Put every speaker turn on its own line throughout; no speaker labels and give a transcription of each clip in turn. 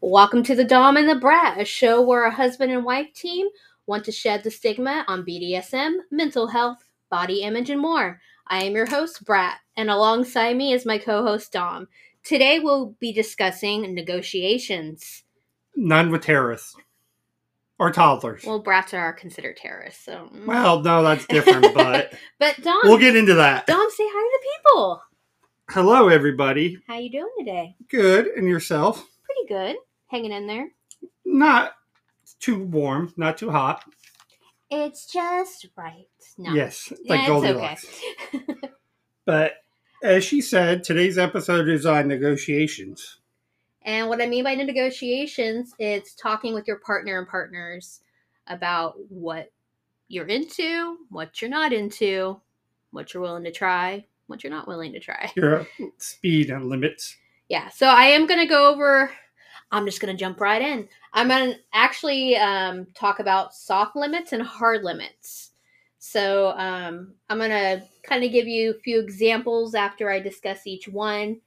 Welcome to the Dom and the Brat, a show where a husband and wife team want to shed the stigma on BDSM, mental health, body image, and more. I am your host, Brat, and alongside me is my co host, Dom. Today we'll be discussing negotiations.
None with terrorists or toddlers. Well,
Well, brats are considered terrorists, so. mm.
no, that's different, but
But Dom,
we'll get into that.
Dom, say hi to the people.
Hello, everybody.
How you doing today?
Good, and yourself?
Pretty good. Hanging in there.
Not too warm, not too hot.
It's just right. No.
Yes,
Yeah,
like
it's
Goldilocks.
okay.
But as she said, today's episode is on negotiations.
And what I mean by the negotiations, it's talking with your partner and partners about what you're into, what you're not into, what you're willing to try, what you're not willing to try.
Your speed and limits.
Yeah. So I am going to go over, I'm just going to jump right in. I'm going to actually um, talk about soft limits and hard limits. So um, I'm going to kind of give you a few examples after I discuss each one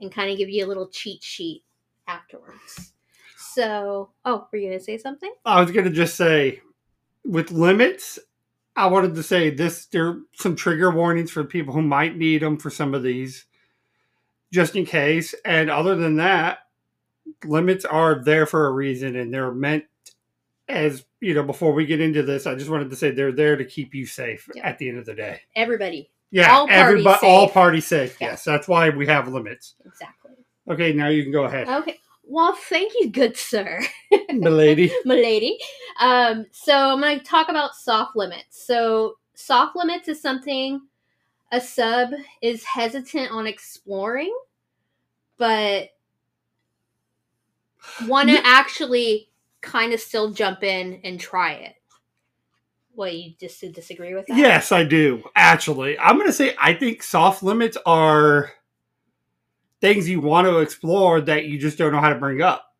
and kind of give you a little cheat sheet afterwards. So, oh, were you going to say something?
I was gonna just say, with limits, I wanted to say this. There are some trigger warnings for people who might need them for some of these, just in case. And other than that, limits are there for a reason, and they're meant as you know. Before we get into this, I just wanted to say they're there to keep you safe
Yeah.
at the end of the day.
Everybody.
Yeah,
All parties
everybody, all
safe.
parties safe.
Yeah.
Yes, that's why we have limits.
Exactly.
Okay, now you can go ahead,
Okay. Well, thank you, good sir.
milady.
milady. Um, so I'm going to talk about soft limits. So soft limits is something a sub is hesitant on exploring, but want to
Yeah.
actually kind of still jump in and try it. What you just disagree with that?
Yes, I do. Actually, I'm going to say I think soft limits are things you want to explore that you just don't know how to bring up.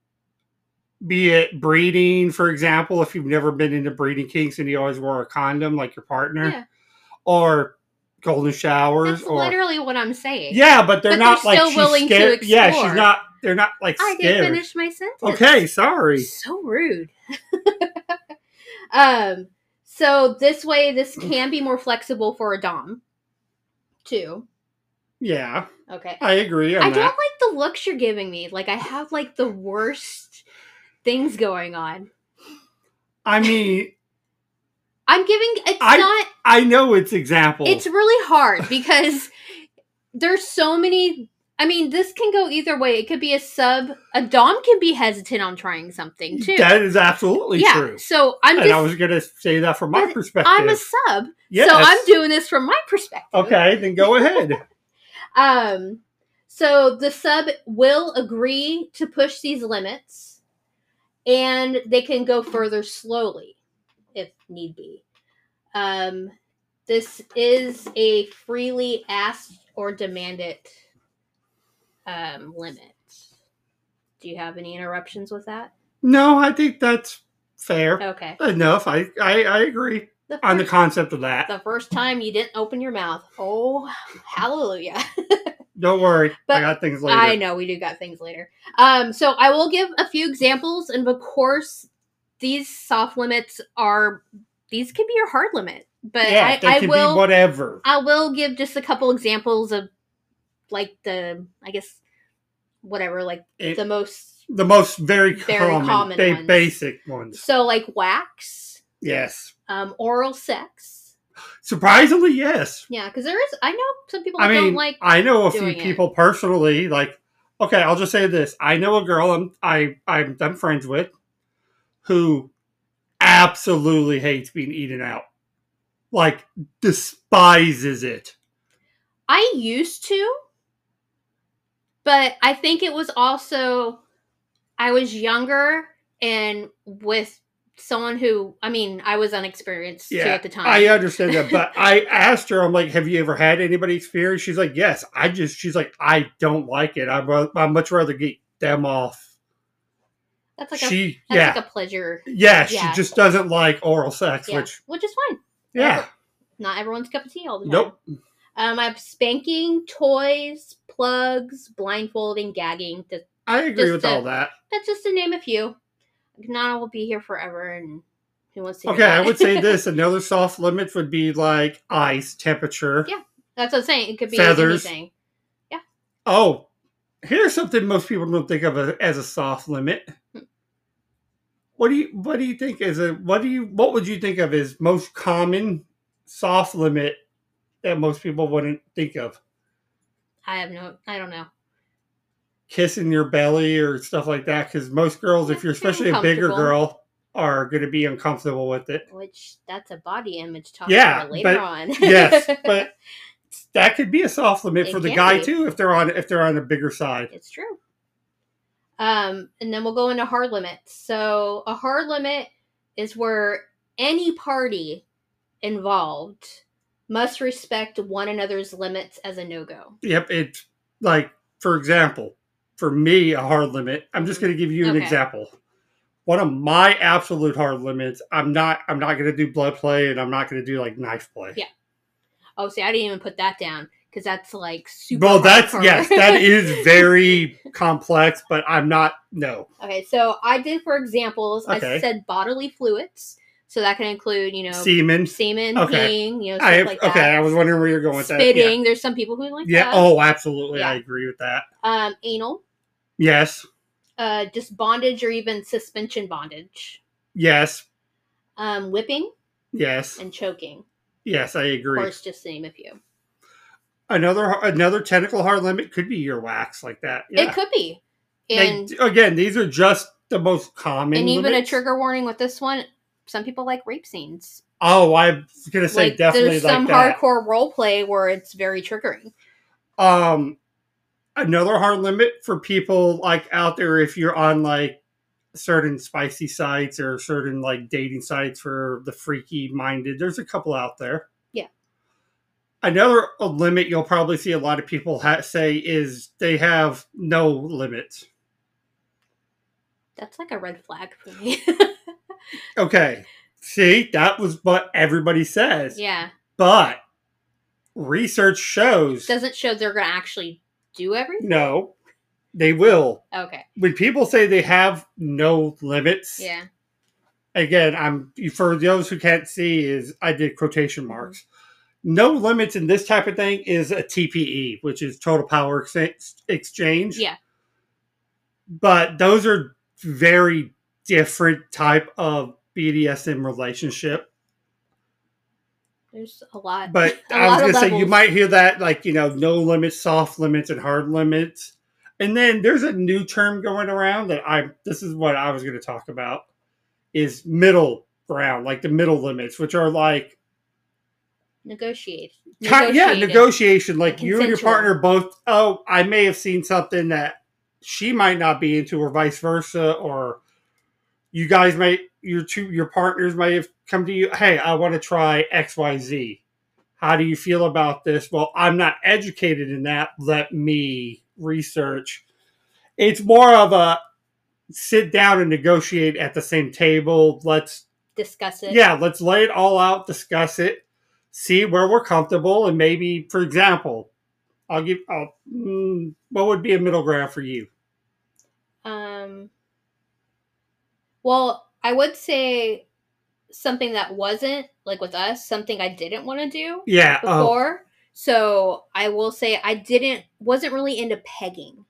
Be it breeding, for example, if you've never been into breeding kinks and you always wore a condom like your partner,
Yeah.
or golden showers,
that's
or
literally what I'm saying.
yeah, but they're
But
not
they're
like
still
she's
willing to
scared. Yeah,
explore.
she's not. They're not like
I
scared.
didn't finish my sentence.
Okay, sorry.
So rude. um, so this way, this
Mm.
can be more flexible for a dom, too.
Yeah,
Okay.
I agree on
I don't
that.
like the looks you're giving me. Like I have like the worst things going on.
I mean,
I'm giving. It's
I-
not.
I know it's examples.
It's really hard because there's so many. I mean, this can go either way. It could be a sub. A dom can be hesitant on trying something too.
that is absolutely
yeah.
true.
So I'm
and I
just.
was going to say that from my
But
perspective.
I'm a sub.
Yes.
So I'm doing this from my perspective.
Okay, then go ahead.
Um, so the sub will agree to push these limits and they can go further slowly if need be. Um, this is a freely asked or demanded um, limit. Do you have any interruptions with that?
no, I think that's fair
Okay.
enough. I, I I agree
The
on the
first-
concept of that.
the first time you didn't open your mouth. Oh, hallelujah.
Don't worry,
But
I got things later.
I know we do got things later. Um, so I will give a few examples, and of course, these soft limits are these can be your hard limit, but
yeah, they
I, I
can
will
be whatever.
I will give just a couple examples of like the I guess whatever like
It-
the
the,
most
most very,
very
common,
common
ba-
ones.
basic ones.
so like wax,
Yes,
um, oral sex.
surprisingly, yes.
Yeah, because there is I know some people
I
don't
mean,
like
I know a few
doing it.
people personally. Like, okay, I'll just say this: I know a girl I'm I I'm, I'm friends with who absolutely hates being eaten out, like despises it.
I used to, but I think it was also I was younger and with someone who I mean I was unexperienced too
Yeah,
at the time.
I uh, understand that, but I asked her, I'm like, "Have you ever had anybody experience?" She's like, "Yes." I just, she's like, "I don't like it. I I much rather get them off."
that's like a
she,
that's
yeah,
like a pleasure,
yeah, she
yeah.
just doesn't like oral sex,
yeah,
which,
which is fine.
yeah,
Every- Not everyone's cup of tea all the time.
nope,
Um, I have spanking, toys, plugs, blindfolding, gagging, de-
I agree
Just
with
to-
all that.
That's just to name a few. Gnana will be here forever, and who wants to? hear
Okay, I
that?
would say this: another soft limit would be like ice temperature.
Yeah. That's what I'm saying. It could be
Feathers.
anything.
Oh, here's something most people don't think of a- as a soft limit.
Hmm.
What do you What do you think is a What do you What would you think of as most common soft limit that most people wouldn't think of?
I have no. I don't know.
Kissing your belly or stuff like that, because most girls, if
Yeah,
you're
they're
especially a bigger
uncomfortable.
girl, are going to be uncomfortable with it.
Which that's a body image talk
Yeah,
for later
but-
on.
Yes, but that could be a soft limit
It
for the
can
guy
be.
too if they're on if they're on a bigger side.
It's true. Um, and then we'll go into hard limits. So a hard limit is where any party involved must respect one another's limits as a no go.
Yep, it's like for example, for me a hard limit. I'm just going to give you an
Okay.
example. One of my absolute hard limits. I'm not. I'm not going to do blood play, and I'm not going to do like knife play.
Yeah, Oh, see, I didn't even put that down because that's like super.
well, that's
hardcore.
yes, that is very complex, but I'm not. No,
okay. So I did for examples. I
Okay.
said bodily fluids, so that can include you know
semen.
semen,
Okay.
peeing, you know, stuff
I
like
okay.
that.
I was wondering where you're going with that. Yeah.
Spitting. There's some people who like
Yeah.
that.
Oh, absolutely. I
Yeah.
agree with that.
Um, anal,
Yes.
uh, just bondage or even suspension bondage,
Yes.
um, whipping
Yes.
and choking.
Yes. I
Of
agree.
course, just to name a few.
another another tentacle hard limit could be earwax like that.
It
Yeah.
could be,
They-
and
again, these are just the most common.
and even a
limits.
trigger warning with this one. Some people like rape scenes.
Oh, I'm gonna say
like
definitely
there's some
like that.
hardcore role play where it's very triggering.
Um, another hard limit for people like out there if you're on like certain spicy sites or certain like dating sites for the freaky minded. There's a couple out there.
Yeah.
Another uh, limit you'll probably see a lot of people ha- say is they have no limits.
That's like a red flag for me.
Okay. See, that was what everybody says.
yeah,
But research shows
doesn't show they're gonna actually do everything.
no, they will.
Okay.
When people say they have no limits,
Yeah.
again, I'm for those who can't see, is I did
Mm-hmm.
quotation marks. No limits in this type of thing is a TPE, which is total power ex- exchange.
Yeah.
But those are very different type of BDSM relationship.
There's a lot.
But
a
I
lot
was
of
gonna say you
levels.
might hear that like you know no limits, soft limits, and hard limits. And then there's a new term going around that I this is what I was going to talk about is middle ground, like the middle limits, which are like
negotiate.
ki- yeah
Negotiated.
negotiation, like you and your
Consensual.
partner both. Oh, I may have seen something that she might not be into, or vice versa, or you guys may your two your partners may have come to you hey i want to try xyz how do you feel about this well i'm not educated in that let me research it's more of a sit down and negotiate at the same table let's
Discuss it.
yeah let's lay it all out discuss it see where we're comfortable and maybe for example i'll give I'll, mm, what would be a middle ground for you
Um. Well, I would say something that wasn't like with us. Something I didn't want to do
yeah oh.
before. So I will say I didn't wasn't really into pegging.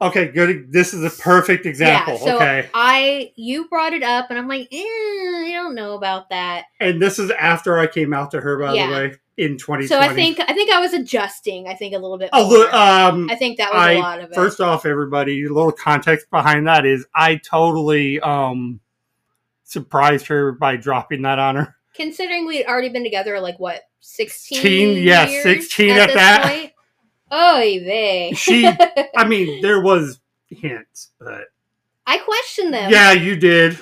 um, Okay, good. This is a perfect example.
so
okay.
I you brought it up and I'm like, eh, I don't know about that.
And this is after I came out to her, by
Yeah.
the way, in 2020.
So I think I think I was adjusting. I think a little bit.
a
more.
little, um,
I think that was a
I-
lot of it.
first off, everybody, a little context behind that is I totally um surprised her by dropping that on her.
considering we'd already been together like what 16
16, yeah,
years
16 at that.
point? oy vey
She, I mean, there was hints, but
i question them
yeah, you did.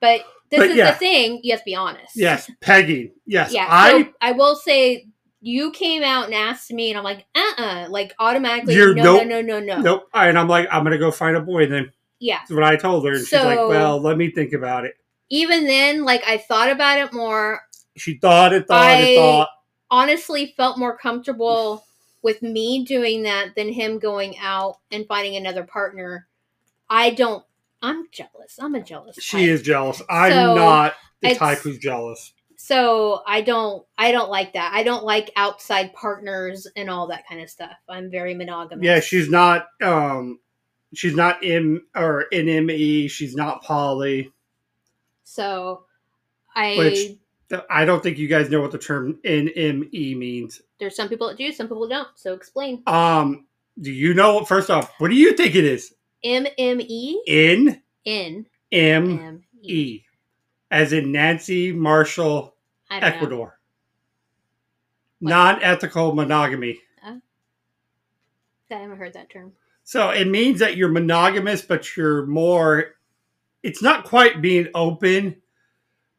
but this
but
is
yeah.
the thing you have to be honest
Yes, Peggy. Yes,
yeah
I.
so I will say you came out and asked me and i'm like uh-uh like automatically
You're-
no,
nope.
no no no no
Nope. And I'm like, I'm gonna go find a boy. Then
yeah
that's what I told her, and she's like,
So-
"Well, let me think about it."
even then like i thought about it more
She thought and thought
I-
and thought.
honestly felt more comfortable with me doing that than him going out and finding another partner I don't. I'm jealous. I'm a jealous.
She
type.
is jealous. I'm
So,
not the
it's-
type who's jealous.
So I don't. I don't like that. I don't like outside partners and all that kind of stuff. I'm very monogamous.
Yeah, she's not. Um, she's not M or NME. She's not poly.
So I.
Which- I don't think you guys know what the term NME means.
there's some people that do, some people don't. So explain.
Um, do you know? First off, what do you think it is?
M M E
N
N
M
M E.
E, as in Nancy Marshall
I don't know.
Ecuador. Non-ethical monogamy.
I haven't heard that term.
So it means that you're monogamous, but you're more. It's not quite being open,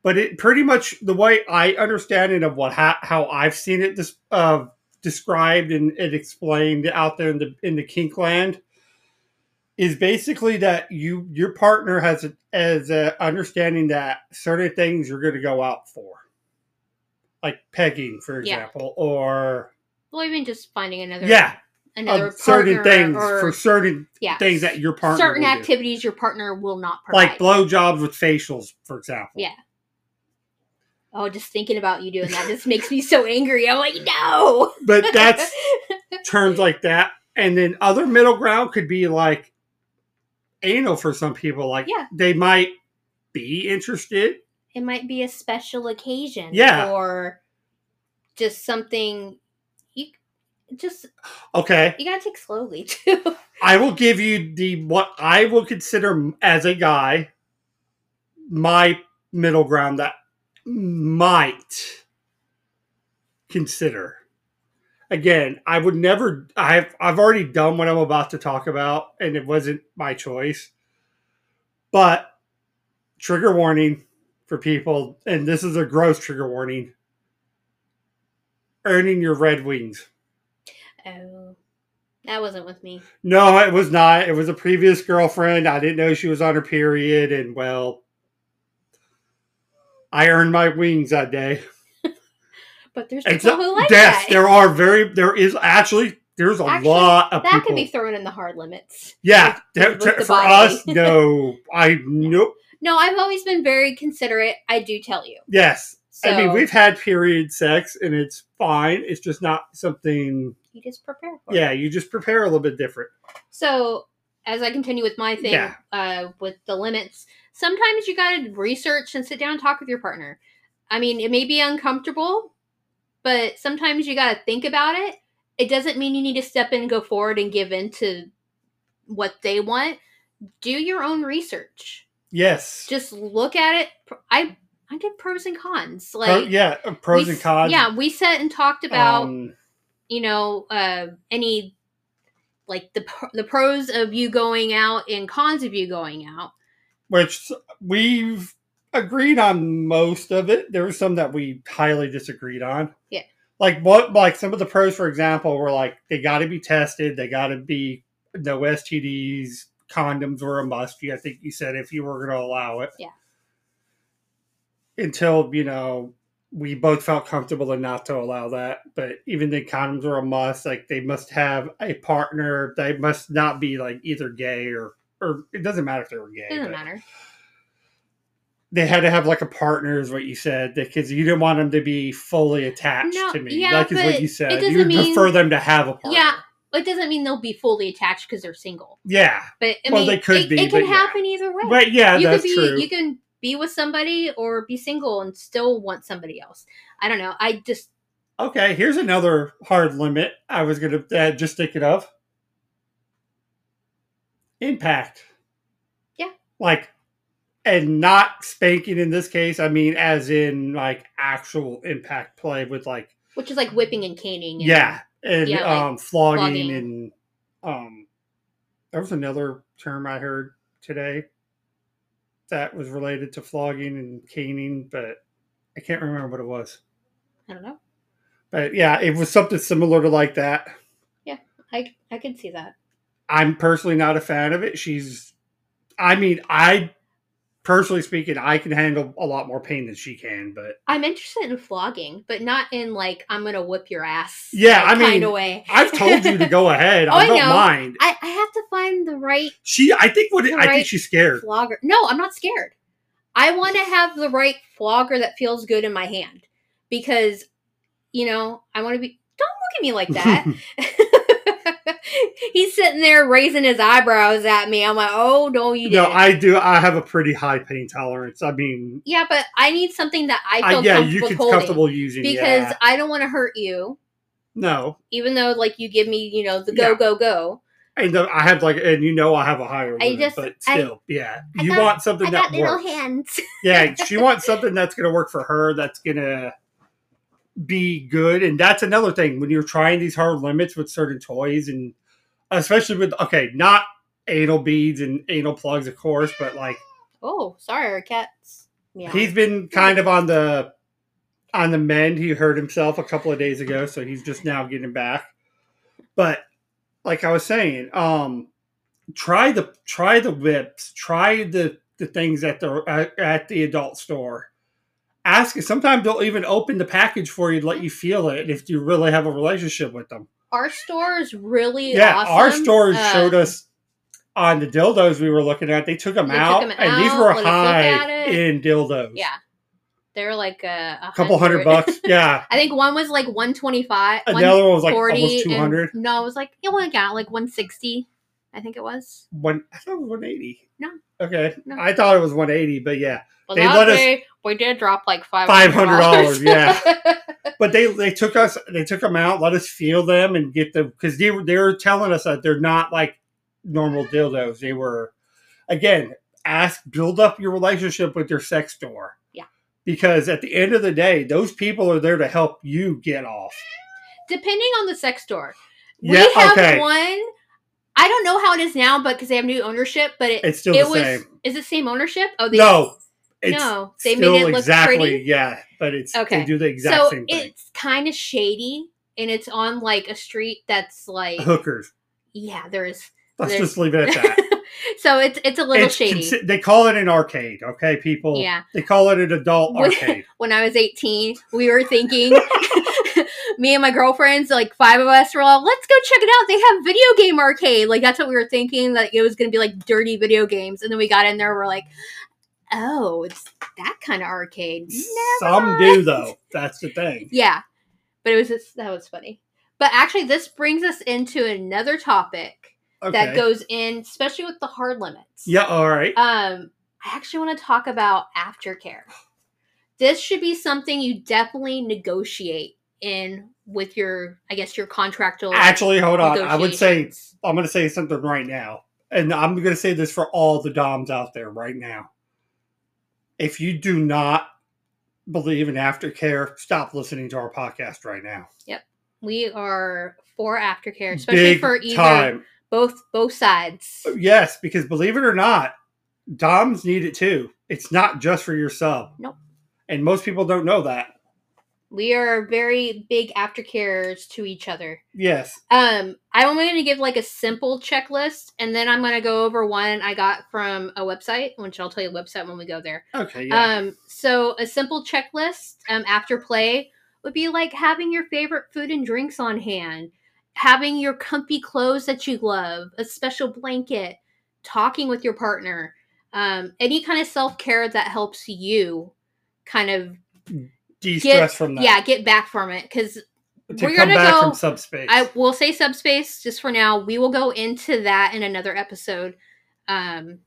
but it pretty much the way I understand it of what how, how I've seen it dis, uh, described and, and explained out there in the in the kink land is basically that you your partner has a, as a understanding that certain things you're going to go out for, like pegging, for
Yeah.
example, or
Well, even just finding another.
yeah,
Another
of certain
partner
things
or
for certain
yeah,
things that your partner
certain
will do.
activities your partner will not provide.
like blowjobs with facials, for example.
Yeah. oh, just thinking about you doing that just makes me so angry. I'm like, no.
But that's terms like that. And then other middle ground could be like anal for some people. Like
Yeah.
they might be interested.
it might be a special occasion.
Yeah.
Or just something. You just
Okay.
you gotta take slowly too.
I will give you the what I will consider as a guy my middle ground that might consider. Again, I would never I've I've already done what I'm about to talk about and it wasn't my choice. But trigger warning for people and this is a gross trigger warning. Earning your red wings.
oh, that wasn't with me.
No, it was not. It was a previous girlfriend. I didn't know she was on her period, and well, I earned my wings that day.
But there's people
It's not-
who like
yes,
that.
there are very there is actually there's a
Actually,
lot of
That
people.
could be thrown in the hard limits.
yeah, there-
with the
for
body.
us, no, I nope.
No, I've always been very considerate. I do tell you.
Yes,
So
I mean we've had period sex, and it's fine. It's just not something.
you just prepare for it.
Yeah, you just prepare a little bit different.
So as I continue with my thing
Yeah.
uh, with the limits, sometimes you gotta research and sit down and talk with your partner. I mean, it may be uncomfortable, but sometimes you gotta think about it. It doesn't mean you need to step in, and go forward, and give in to what they want. Do your own research.
Yes,
Just look at it. I I did pros and cons. Like
Pro- yeah, uh, pros
we
and
s-
cons.
Yeah, we sat and talked about
um,
you know uh, any like the pr- the pros of you going out and cons of you going out
which we've agreed on most of it. There were some that we highly disagreed on.
Yeah.
Like what like some of the pros, for example, were like they gotta be tested, they gotta be no STDs, condoms were a must. You I think you said if you were gonna allow it.
Yeah.
Until, you know, we both felt comfortable enough not to allow that. But even the condoms are a must. Like they must have a partner. They must not be like either gay or or it doesn't matter if they were gay.
doesn't
but-
matter
they had to have like a partner is what you said because you didn't want them to be fully attached
No,
to me
yeah,
like is what
but
you
it
said
doesn't
you would
mean-
prefer them to have a partner
Yeah. it doesn't mean they'll be fully attached because they're single
yeah
but i
Well,
mean
they could
it,
be,
it can
but yeah.
happen either way
but yeah
you could
that's
be
true
you can be with somebody or be single and still want somebody else i don't know i just
okay here's another hard limit i was gonna uh, just thinking of impact
Yeah.
like and not spanking in this case i mean as in like actual impact play with like
which is like whipping and caning and
Yeah, and
Yeah, like
um, flogging,
flogging.
and um, there was another term I heard today that was related to flogging and caning, but I can't remember what it was.
i don't know
But yeah, it was something similar to like that.
i i could see that
I'm personally not a fan of it. She's, I mean, I personally speaking, I can handle a lot more pain than she can, but
i'm interested in flogging but not in like i'm gonna whip your ass
Yeah, I mean,
kind of way
I've told you to go ahead.
Oh,
I
I
don't
know.
mind.
I, I have to find find the right
She, I think what it,
You're
I think
right.
she's scared.
flogger. No, I'm not scared. I want to have the right flogger that feels good in my hand because, you know, I want to be. Don't look at me like that. He's sitting there raising his eyebrows at me. I'm like, oh, no, you
no,
didn't.
I do. I have a pretty high pain tolerance. I mean,
yeah, but I need something that I
I,
feel
Uh, yeah, you
comfortable
can
holding
comfortable using
because
yeah.
I don't want to hurt you.
no,
Even though, like, you give me, you know, the
Yeah.
go, go, go.
and the, I have like, and you know, I have a higher.
I
limit,
just-
but
I-
still, yeah,
I
you
got-
want something
I
that
got little
works.
hands.
yeah, she wants something that's going to work for her, that's going to be good. And that's another thing when you're trying these hard limits with certain toys, and especially with, okay, not anal beads and anal plugs, of course, but like
Oh, sorry, our cat's. Yeah.
he's been kind of on the. On the mend, he hurt himself a couple of days ago, so he's just now getting back. But like I was saying, um, try the try the whips, try the the things at the at, at the adult store. Ask sometimes they'll even open the package for you, to let you feel it if you really have a relationship with them.
our store is really
Yeah,
awesome.
our store
Um,
showed us on the dildos we were looking at. They took them,
They took
out,
'em
and these
out,
were
let us look at
high
it.
in dildos.
Yeah, they're like a, a
a couple hundred bucks. Yeah,
I think one was like one twenty five.
another one was like almost
40
two hundred.
and- no it was like it went out like 160 i think it was
One, I thought it was one eighty.
No.
Okay,
No.
I thought it was one eighty, but yeah.
but
They
that
let us-
day, we did drop like $500
$500, yeah. but they they took us they took them out let us feel them and get them because they were they were telling us that they're not like normal dildos they were again ask build up your relationship with your sex store
Yeah.
because at the end of the day those people are there to help you get off
depending on the sex store we
yeah
have
okay
one i don't know how it is now but because they have new ownership but it,
it's still
it
the
was
same
is it same ownership oh they
no it's
no they
still
made it look
exactly
pretty
yeah but it's okay. they
Okay.
do the exact
so
same thing
it's kind of shady and it's on like a street that's like
hookers
yeah there's
let's
There's-
just leave it at that
so it's it's a little
It's
shady
consi- oh. they call it an arcade, okay, people.
yeah
They call it an adult
When-
arcade.
when i was 18 we were thinking me and my girlfriends like five of us were all let's go check it out they have video game arcade like that's what we were thinking that it was gonna be like dirty video games and then we got in there we're like oh it's that kind of arcade Never
Some
mind.
do though. That's the thing.
Yeah. But it was just, that was funny. But actually, this brings us into another topic
Okay.
that goes in, especially with the hard limits.
yeah. All right.
Um, I actually want to talk about aftercare. This should be something you definitely negotiate in with your, I guess, your contractual.
Actually, hold on. I would say
negotiations.
I'm going to say something right now, and I'm going to say this for all the DOMs out there right now. If you do not believe in aftercare, stop listening to our podcast right now.
we are for aftercare, especially
Big
for either
time.
both both sides.
Yes, because believe it or not, DOMs need it too. It's not just for your sub.
Nope.
And most people don't know that.
We are very big aftercares to each other.
Yes.
Um, I'm only going to give like a simple checklist, and then I'm going to go over one I got from a website, which I'll tell you the website when we go there.
Okay. Yeah.
Um, so a simple checklist um, after play would be like having your favorite food and drinks on hand, having your comfy clothes that you love, a special blanket, talking with your partner, um, any kind of self care that helps you kind of
De-stress
get
from that.
yeah get back from it because
To
we're
come
gonna
back
go-
from subspace.
I will say subspace just for now. We will go into that in another episode. Um,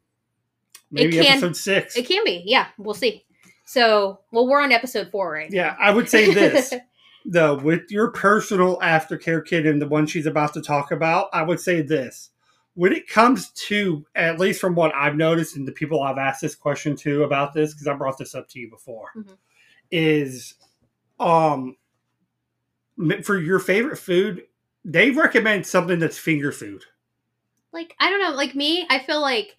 Maybe
it can-
episode six.
it can be, yeah, we'll see. So, well, we're on episode four right
yeah, I would say this though, with your personal aftercare kit and the one she's about to talk about, I would say this. When it comes to, at least from what I've noticed and the people I've asked this question to about this, because I brought this up to you before,
Mhm.
is um m- for your favorite food, they recommend something that's finger food.
like I don't know, like me, I feel like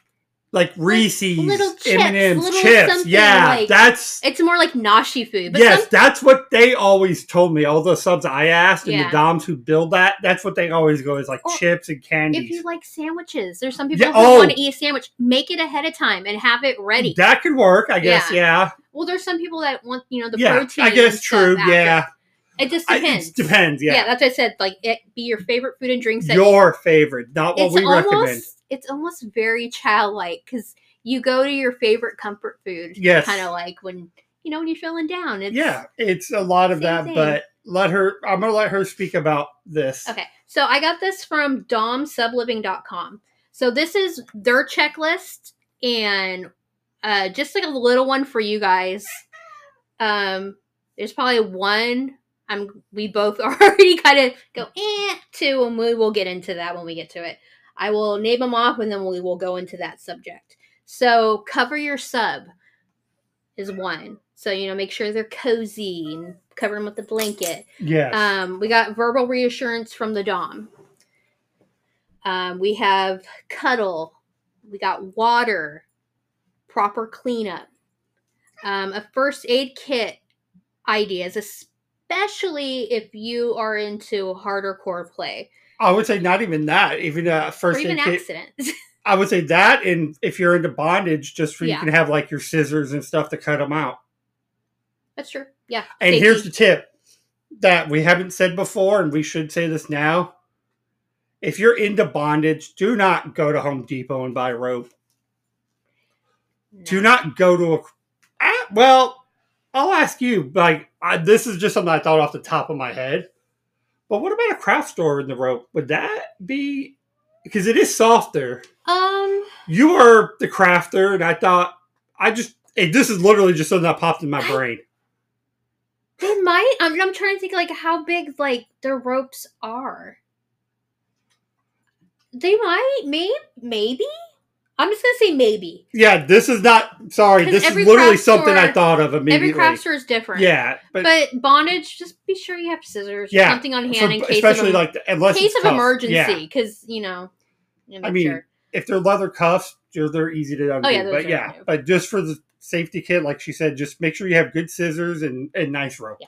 Like Reese's,
little chips,
M&M's,
little
chips.
something
Yeah,
like-
that's
it's more like noshy food. But
yes,
some,
that's what they always told me. All the subs I asked and
Yeah.
the DOMs who build that, that's what they always go is like
Or
chips and
if you
candies.
like sandwiches, there's some people
Yeah,
who
oh.
want to eat a sandwich. Make it ahead of time and have it ready.
That could work, I guess. Yeah,
well, there's some people that want you know the
yeah.
protein.
I guess
and stuff
true.
after.
Yeah,
it just
I-
depends.
it depends.
yeah.
Yeah,
that's what I said. Like, it be your favorite food and drinks. That
your favorite, not what
it's
we
almost
recommend.
it's almost very childlike because you go to your favorite comfort food.
Yes.
Kind of like when you know when you're feeling down. It's,
yeah, it's a lot of
Same
that,
thing.
but let her. I'm gonna let her speak about this.
Okay. So I got this from domsubliving.com. So this is their checklist and uh, just like a little one for you guys. Um, there's probably one. I'm we both already kind of go eh to, and we will get into that when we get to it. I will name them off, and then we will go into that subject. So cover your sub is one. So you know, make sure they're cozy and cover them with a blanket.
Yes.
Um, we got verbal reassurance from the Dom. Um, we have cuddle. We got water, proper cleanup, um, a first aid kit ideas, especially if you are into harder core play
I would say not even that. Even uh,
or
first
even
aid kit.
accidents.
I would say that, and if you're into bondage, just for you
Yeah.
can have like your scissors and stuff to cut them out.
That's true. Yeah.
And
safety.
here's the tip that we haven't said before, and we should say this now. If you're into bondage, do not go to Home Depot and buy rope. Do
No.
not go to a. Ah, well, I'll ask you. Like I, this is just something I thought off the top of my head. But what about a craft store in the rope? Would that be because it is softer?
Um.
You are the crafter, and I thought I just it, this is literally just something that popped in my
I-
brain.
They might. I'm, I'm trying to think like how big like their ropes are. They might, maybe, maybe. I'm just gonna say maybe.
Yeah, this is not. Sorry,
'Cause
this is
every
literally
craft
something I
store-
thought of immediately.
Every craft store is different.
Yeah, but,
But bondage, just be sure you have scissors, or
Yeah,
something on hand
for-
in case
especially
of em-
like the, unless
case
it's
of
tough.
emergency,
Yeah,
because you know. you know,
I
make
mean,
sure.
if they're leather cuffs, they're, they're easy to undo.
Oh, yeah, those
but
are
yeah,
undo.
but just for the safety kit, like she said, just make sure you have good scissors and and nice rope,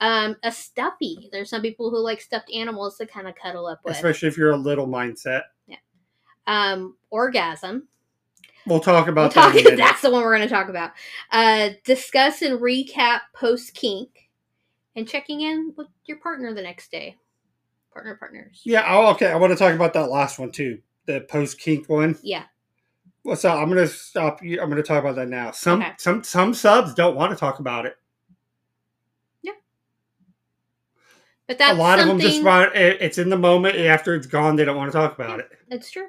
um, a stuffy. There's some people who like stuffed animals to kind of cuddle up with.
especially if you're a little mindset.
Um, orgasm.
We'll talk about
We'll
that. in a
talk-
minute.
that's the one we're going to talk about. Uh, discuss and recap post kink, and checking in with your partner the next day. Partner partners.
Yeah. Oh, okay. I want to talk about that last one too. The post kink one.
Yeah.
Well, so I'm gonna stop you. I'm gonna talk about that now. Some
Okay.
some some subs don't want to talk about it.
But that's
a lot
something,
of them just want it, it's in the moment. and After it's gone, they don't want to talk about it.
That's true.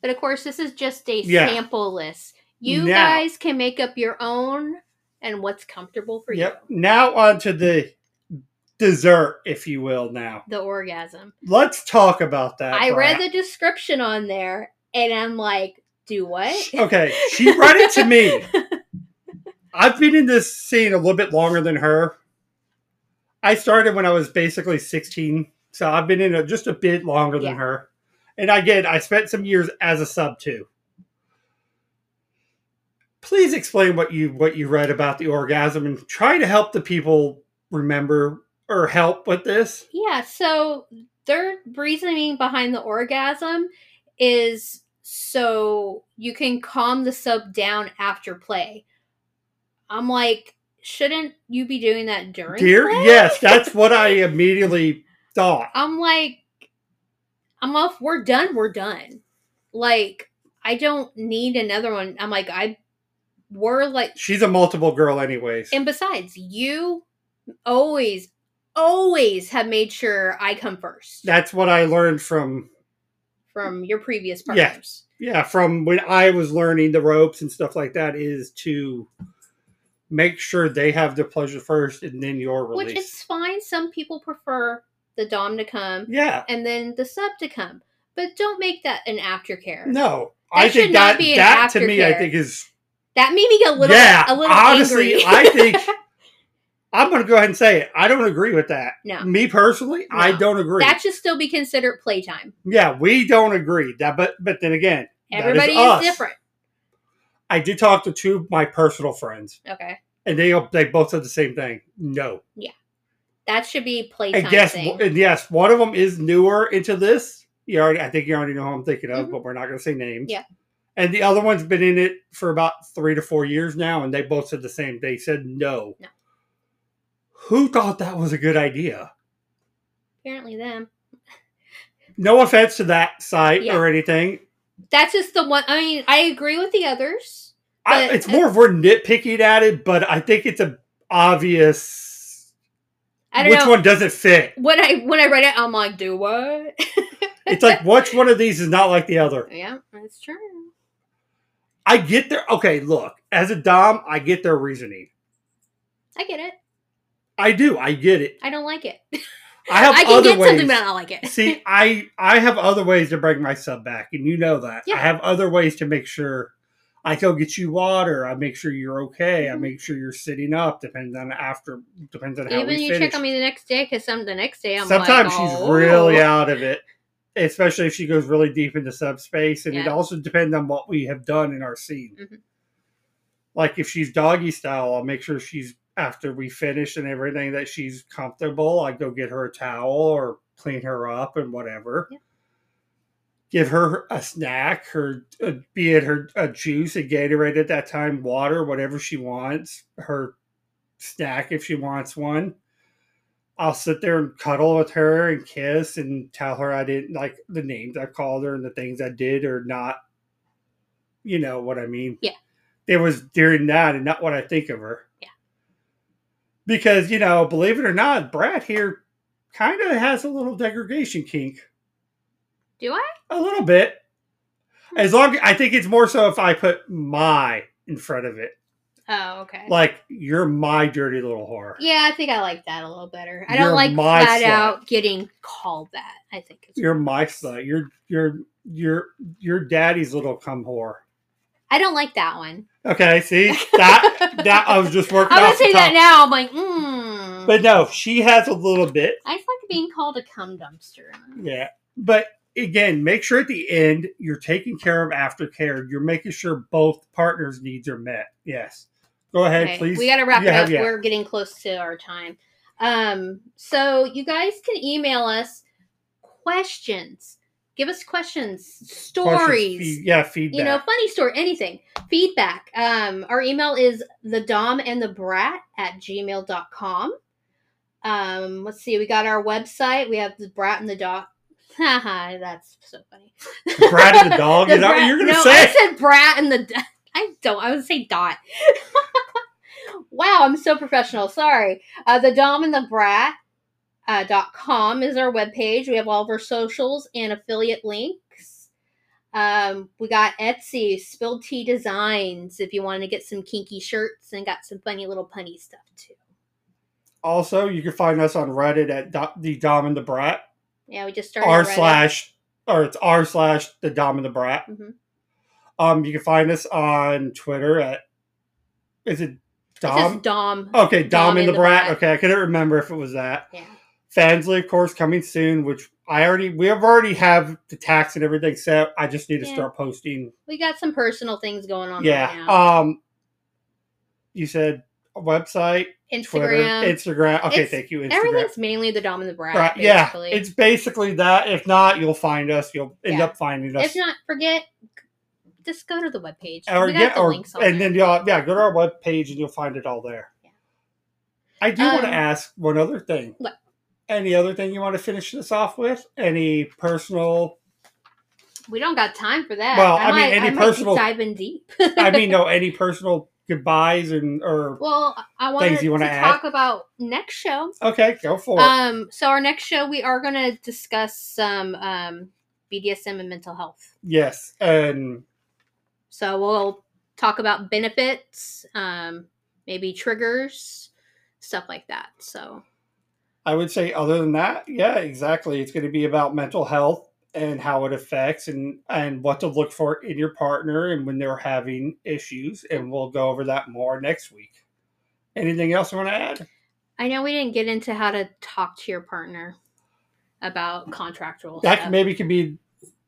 But of course, this is just a
Yeah.
sample list. You
Now-
guys can make up your own and what's comfortable for
Yep.
you.
Now on to the dessert, if you will. Now
The orgasm.
let's talk about that.
I read the description on there, and I'm like, do what?
Okay, she read it to me. I've been in this scene a little bit longer than her. I started when I was basically 16, so I've been in it just a bit longer than
Yeah.
her. And again, I spent some years as a sub too. Please explain what you what you read about the orgasm and try to help the people remember or help with this.
Yeah, so their reasoning behind the orgasm is so you can calm the sub down after play. I'm like, shouldn't you be doing that during
Dear,
play?
yes, that's what I immediately thought.
I'm like, I'm off. We're done. We're done. Like, I don't need another one. I'm like, I, we're like,
She's a multiple girl, anyways.
and besides, you always, always have made sure I come first
That's what I learned from
from your previous
Yeah.
partners.
yeah from when i was learning the ropes and stuff like that is to make sure they have their pleasure first and then your release
Which is fine. Some people prefer the dom to come
yeah
and then the sub to come, but don't make that an aftercare.
no
That
i
should
think
not
that
be an
that to me i
aftercare.
think is
That made me a little,
yeah
a little
honestly
angry.
i think i'm gonna go ahead and say it i don't agree with that
no,
me personally i
No.
don't agree
that should still be considered playtime.
yeah we don't agree that but but then again that is
Everybody
us.
is different.
i did talk to two of my personal friends
Okay,
and they they both said the same thing no
that should be playtime
And guess
thing.
and yes, one of them is newer into this. You already, I think you already know who I'm thinking of,
Mhm.
but we're not going to say names.
Yeah.
And the other one's been in it for about three to four years now, and they both said the same. They said no.
No.
Who thought that was a good idea?
Apparently, them.
No offense to that site
Yeah.
or anything.
That's just the one. I mean, I agree with the others.
I,
But-
it's more of we're nitpicking at it, but I think it's a obvious
I don't
which
know
one doesn't fit.
when I when I read it, I'm like, do what?
It's like which one of these is not like the other.
yeah, that's true.
I get their okay. Look, as a dom, I get their reasoning.
I get it.
I do. I get it.
I don't like it.
I have
I can
other
get
ways.
something, but I don't like it.
See, I I have other ways to bring my sub back, and you know that.
Yeah.
I have other ways to make sure I go get you water. I make sure you're okay. I
Mhm.
make sure you're sitting up. Depends on after. Depends on how
Even
we
you
finish.
check on me the next day because some the next day I'm
Sometimes
like,
she's
oh.
really out of it, especially if she goes really deep into subspace, and it
Yeah.
also depends on what we have done in our scene.
Mhm.
Like if she's doggy style, I'll make sure she's after we finish and everything that she's comfortable. I go get her a towel or clean her up and whatever.
Yeah.
Give her a snack, her uh, be it her a juice, a Gatorade at that time, water, whatever she wants, her snack if she wants one. I'll sit there and cuddle with her and kiss and tell her I didn't like the names I called her and the things I did or not. You know what I mean?
Yeah.
It was during that and not what I think of her.
Yeah.
Because, you know, believe it or not, Brad here kind of has a little degradation kink.
Do I?
A little bit.
Hmm.
As long I think it's more so if I put my in front of it.
Oh, okay.
Like, you're my dirty little whore.
yeah, I think I like that a little better. I
You're
don't like
my
flat
slut.
out getting called that. I think it's.
You're my slut. You're you're you're your daddy's little cum whore.
I don't like that one.
Okay, see that that I was just working.
I would
off the
say that
top.
now. I'm like, mm.
But no, she has a little bit.
I just like being called a cum dumpster.
Yeah, but again, make sure at the end you're taking care of aftercare. You're making sure both partners' needs are met. Yes. Go ahead,
Okay,
please.
We got to wrap
Yeah,
it up.
yeah.
We're getting close to our time. Um, so you guys can email us questions. Give us questions,
Questions,
stories.
fee- yeah, feedback.
you know, funny story, anything. Feedback. Um, our email is the dom and the brat at gmail.com. Um, let's see, we got our website. We have the brat and the dot. Haha, that's so funny.
Brad and the dog.
The
is that what
brat-
you're gonna
no,
say?
I said brat and the. d- I don't. I would say dot. wow, I'm so professional. Sorry. Uh, the dom and the brat uh, dot com is our webpage. We have all of our socials and affiliate links. Um, we got Etsy, Spilled Tea Designs, if you want to get some kinky shirts and got some funny little punny stuff too.
also, you can find us on Reddit at Do- the Dom and the Brat.
Yeah, we just started.
r
Reddit.
slash or it's r slash the dom and the brat
Mhm.
um you can find us on twitter at is it
It
dom
says Dom.
okay dom, Oh.
Dom
and, the, brat. okay i couldn't remember if it was that
Yeah.
fansly of course coming soon which i already we have already have the tax and everything set i just need to
Yeah.
start posting
We got some personal things going on. Right
yeah
now.
um you said a website twitter
Instagram.
instagram okay
It's-
thank you instagram
Everything's mainly the Dom and the Brat.
Right, yeah,
basically.
it's basically that. If not, you'll find us. You'll end
Yeah.
up finding us.
if not, forget. Just go to the webpage.
or
We got
yeah,
the
or
links on
and
there.
then y'all, yeah, go to our webpage and you'll find it all there.
Yeah.
I do want to
Um,
ask one other thing.
What?
Any other thing you want to finish this off with? Any personal?
we don't got time for that.
Well, I mean,
might,
any
I might
personal-
dive in deep.
I mean, no, any personal goodbyes and or
Well, I wanted
Things you
to
wanna add?
talk about next show.
okay, go for it.
Um, so our next show we are going to discuss some um BDSM and mental health.
Yes, and
So we'll talk about benefits, um, maybe triggers, stuff like that. So
I would say other than that, yeah, exactly. It's going to be about mental health and how it affects and and what to look for in your partner and when they're having issues, and we'll go over that more next week. Anything else you want to add?
I know we didn't get into how to talk to your partner about contractual
That
stuff.
maybe could be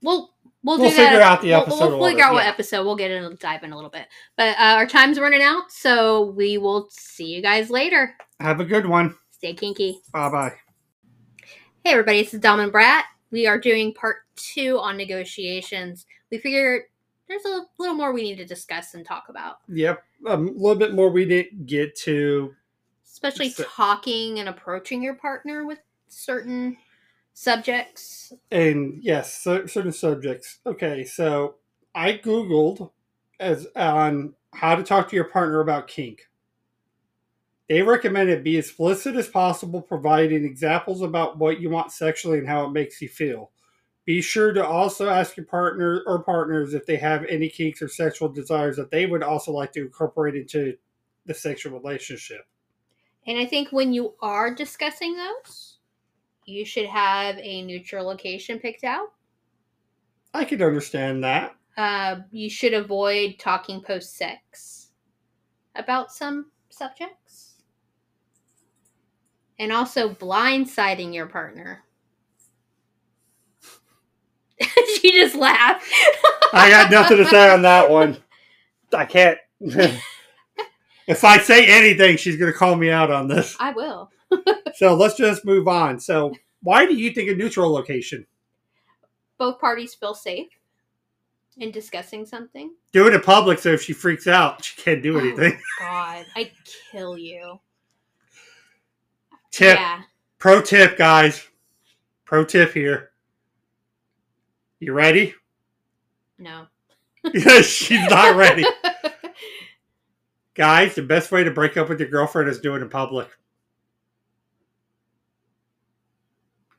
we'll we'll,
We'll
do that-
figure out the
we'll-
episode
We'll,
order,
figure out what
yeah.
episode. We'll get in and dive in a little bit. But uh, our time's running out, so we will see you guys later.
have a good one.
Stay kinky.
Bye bye.
Hey everybody, it's Dom and Brat. We are doing part two on negotiations. We figured there's a little more we need to discuss and talk about,
Yep, Um, a little bit more we didn't get to.
especially
So-
talking and approaching your partner with certain subjects.
and yes, cer- certain subjects. Okay, so I googled as on how to talk to your partner about kink. They recommend it be as explicit as possible, providing examples about what you want sexually and how it makes you feel. Be sure to also ask your partner or partners if they have any kinks or sexual desires that they would also like to incorporate into the sexual relationship.
And I think when you are discussing those, you should have a neutral location picked out.
I could understand that.
Uh, you should avoid talking post sex about some subjects. And also blindsiding your partner. she just laughed.
I got nothing to say on that one. I can't. if I say anything, she's going to call me out on this.
I will.
So let's just move on. So, why do you think a neutral location?
Both parties feel safe in discussing something.
Do it in public so if she freaks out, she can't do
Oh,
anything.
God, I'd kill you.
tip.
Yeah.
Pro tip, guys. Pro tip here. You ready?
No.
Yes, she's not ready. guys, the best way to break up with your girlfriend is do it in public.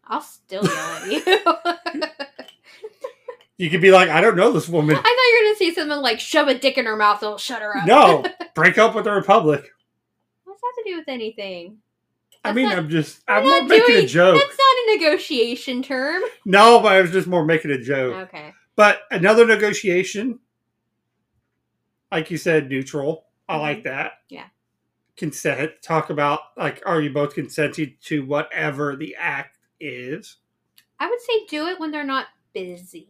I'll still yell at you. I
You could be like, I don't know this woman.
thought you were gonna say something like shove a dick in her mouth, it'll shut her up.
No, break up with her in public.
What's that to do with anything?
I
That's
mean,
not-
I'm just, I'm
We're
not making
doing-
a joke.
That's not a negotiation term.
No, but I was just more making a joke.
Okay.
But another negotiation, like you said, neutral. I like that.
Mm-hmm. Yeah.
Consent. Talk about, like, are you both consenting to whatever the act is?
I would say do it when they're not busy.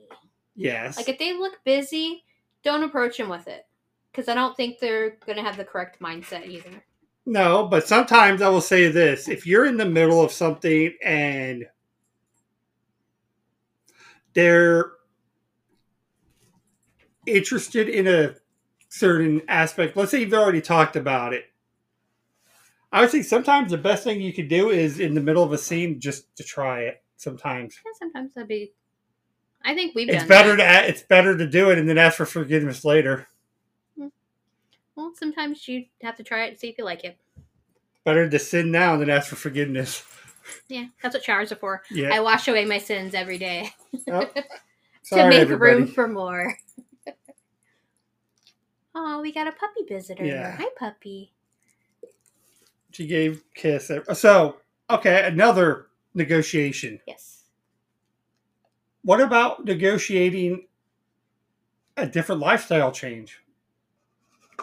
Yes.
Like if they look busy, don't approach them with it. Because I don't think they're gonna have the correct mindset either.
no, but sometimes I will say this if you're in the middle of something and they're interested in a certain aspect. Let's say you've already talked about it. I would say sometimes the best thing you could do is in the middle of a scene just to try it. Sometimes
Yeah, sometimes that'd be I think we've
it's
done
better
that.
to a- it's better to do it and then ask for forgiveness later.
Well, sometimes you have to try it and see if you like it.
Better to sin now than ask for forgiveness.
Yeah, that's what showers are for.
Yeah.
I wash away my sins every day
Oh,
to
sorry,
make
everybody.
room for more. oh, we got a puppy visitor.
Yeah.
Hi, puppy.
She gave kiss. ev- So okay, another negotiation.
Yes.
What about negotiating a different lifestyle change?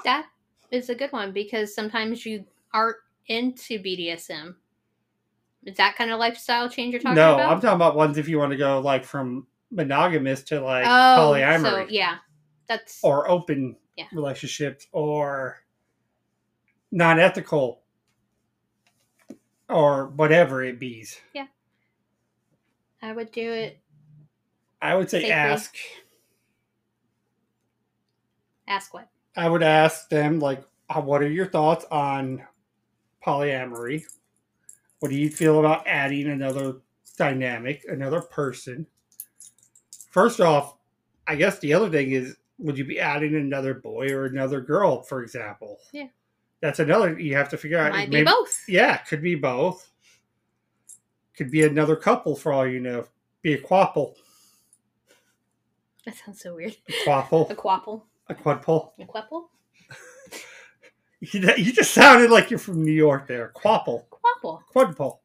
That is a good one because sometimes you aren't into BDSM. Is that kind of lifestyle change you're talking
no,
about?
I'm talking about ones if you want to go like from monogamous to like
oh, so
polyamory
yeah. That's
or open
Yeah.
relationships or non ethical or whatever it be.
I would do it.
I would say
Safely.
ask.
Ask what?
I would ask them like, uh, what are your thoughts on polyamory? What do you feel about adding another dynamic, another person? First off, I guess the other thing is, would you be adding another boy or another girl, for example?
Yeah.
That's another you have to figure out.
Might be
Maybe-
both.
Yeah, could be both. Could be another couple for all you know. Be a quapple,
That sounds so weird.
a
A
quapple,
quapple.
a quadple.
A quapple?
You you just sounded like you're from New York there. Quapple,
Quapple.
quadple.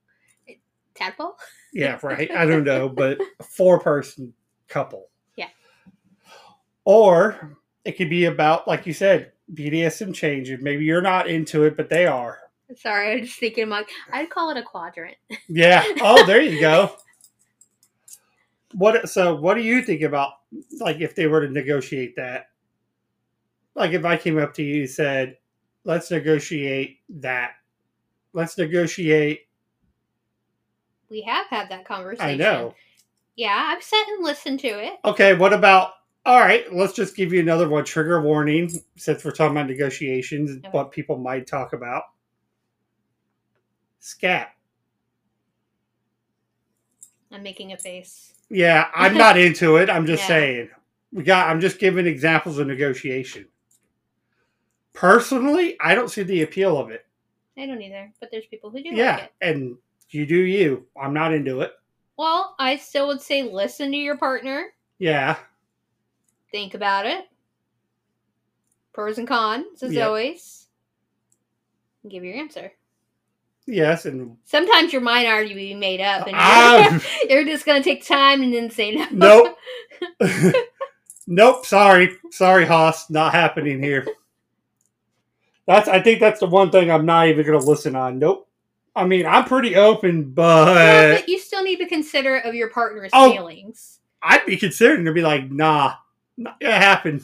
Tadpole?
Yeah, right. I don't know, but a four person couple.
Yeah.
Or it could be about, like you said, BDSM changes. Maybe you're not into it, but they are.
Sorry, I'm just thinking like I'd call it a quadrant.
Yeah. Oh, there you go. What so what do you think about like if they were to negotiate that? Like if I came up to you and said, let's negotiate that. Let's negotiate
We have had that conversation.
I know.
Yeah, I've sat and listened to it.
Okay, what about all right, let's just give you another one trigger warning since we're talking about negotiations and
Okay.
what people might talk about. Scat.
I'm making a face.
Yeah, I'm not into it. I'm just
Yeah.
saying. We got I'm just giving examples of negotiation. Personally, I don't see the appeal of it.
I don't either, but there's people who do
yeah,
like it.
and you do you. I'm not into it.
Well, I still would say listen to your partner,
Yeah.
think about it. Pros and cons, as
Yeah.
always. And give your answer.
Yes, and
Sometimes your mind already be made up, and you're,
Ah,
you're just gonna take time and then say no.
nope. nope, sorry. Sorry, Haas, not happening here. That's I think that's the one thing I'm not even gonna listen on. Nope. I mean, I'm pretty open,
Well,
but
but you still need to be considerate of your partner's
Oh.
feelings.
I'd be considering to be like, nah, not gonna happen.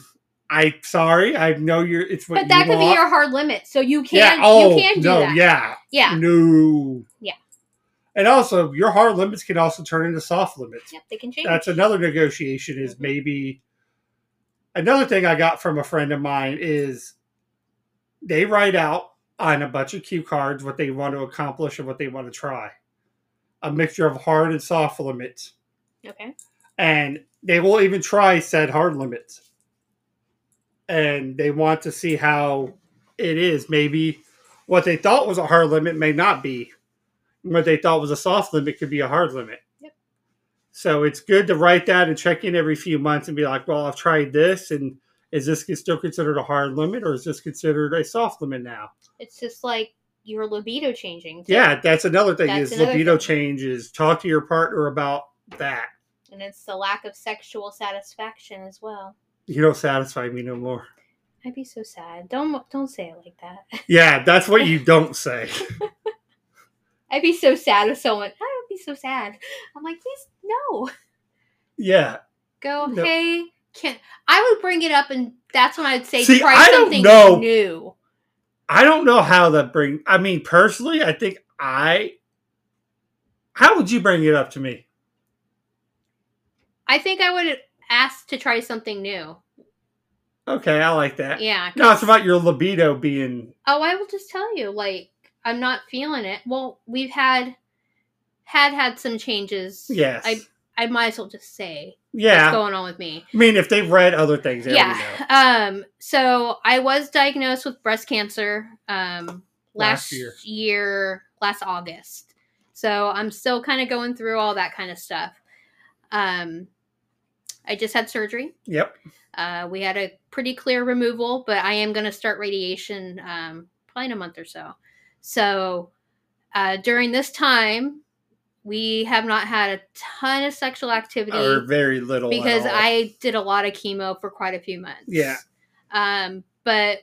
I sorry, I know you're. It's what
But that
you
could be
want.
your hard limit. So you can
yeah. Oh
you can do
no,
that.
yeah,
Yeah.
no,
Yeah.
And also, your hard limits can also turn into soft limits.
Yep, they can change.
That's another negotiation. Is
Mhm.
maybe another thing I got from a friend of mine is they write out on a bunch of cue cards what they want to accomplish and what they want to try. A mixture of hard and soft limits
okay.
and they will even try said hard limits and they want to see how it is maybe what they thought was a hard limit may not be what they thought was a soft limit could be a hard limit
Yep.
so it's good to write that and check in every few months and be like well i've tried this and is this still considered a hard limit or is this considered a soft limit now
It's just like your libido changing. too.
yeah that's another thing
That's
is
another
libido
thing.
changes talk to your partner about that
And it's the lack of sexual satisfaction as well.
you don't satisfy me no more
I'd be so sad. Don't don't say it like that.
Yeah, that's what you don't say.
I'd be so sad if someone. I would be so sad. I'm like, please no.
Yeah.
Go.
No.
Hey, can I would bring it up, and that's when I'd say
See,
try
I don't
something
know.
new.
I don't know how that bring I mean personally, I think I How would you bring it up to me?
I think I would ask to try something new.
Okay, I like that.
Yeah.
No, it's about your libido being
Oh, I will just tell you, like, I'm not feeling it. Well, we've had had had some changes.
yes.
I I might as well just say what's
yeah.
going on with me.
I mean if they've read other things, they already know.
yeah. Um. So I was diagnosed with breast cancer. Um. Last,
Last year.
year, last August. So I'm still kind of going through all that kind of stuff. Um. I just had surgery.
Yep.
Uh, we had a pretty clear removal, but I am going to start radiation um, probably in a month or so. So uh, during this time, we have not had a ton of sexual activity
Or very little. at
because
all.
I did a lot of chemo for quite a few months.
Yeah.
Um, but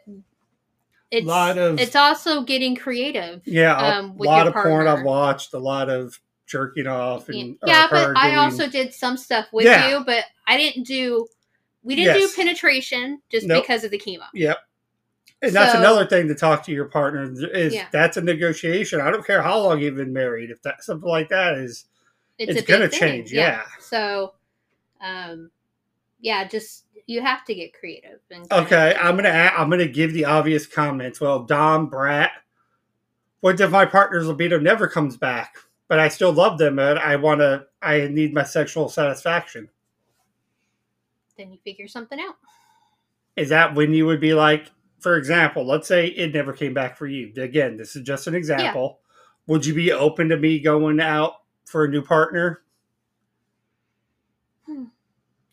it's
Lot of-
it's also getting creative.
Yeah, a
um, with your
lot of porn I've
partner.
watched, a lot of jerking off and or
yeah,
her
but I
doing-
also did some stuff with
Yeah.
you, but I didn't do. We didn't
Yes.
do penetration just
Nope.
because of the chemo.
And that's
So-
another thing to talk to your partner is
Yeah.
that's a negotiation. I don't care how long you've been married. If that something like that is,
it's,
It's
a big
gonna
thing,
change, yeah.
So, um, yeah, just you have to get creative. And kinda-
okay, I'm gonna a- I'm gonna give the obvious comments. Well, Dom Brat, what if my partner's libido never comes back, but I still love them and I wanna I need my sexual satisfaction.
Then you figure something out.
Is that when you would be like, for example, let's say it never came back for you. Again, this is just an example. Would you be open to me going out for a new partner?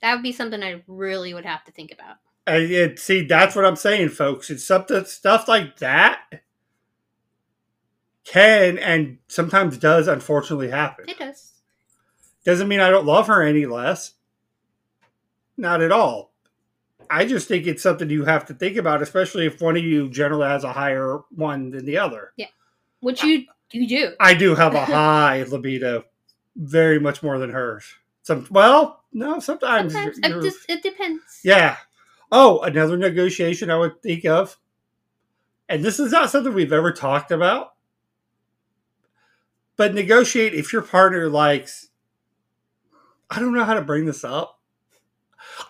That would be something I really would have to think about.
I, it, see, that's what I'm saying, folks. It's something stuff like that can and sometimes does unfortunately happen.
It does.
Doesn't mean I don't love her any less. Not at all. I just think it's something you have to think about, especially if one of you generally has a higher one than the other. Uh,
Which you you do.
I do have a high libido, very much more than hers. Some well, no, sometimes,
Sometimes
you're-
it just it depends.
yeah. Oh, another negotiation I would think of, and this is not something we've ever talked about, but negotiate if your partner likes. I don't know how to bring this up.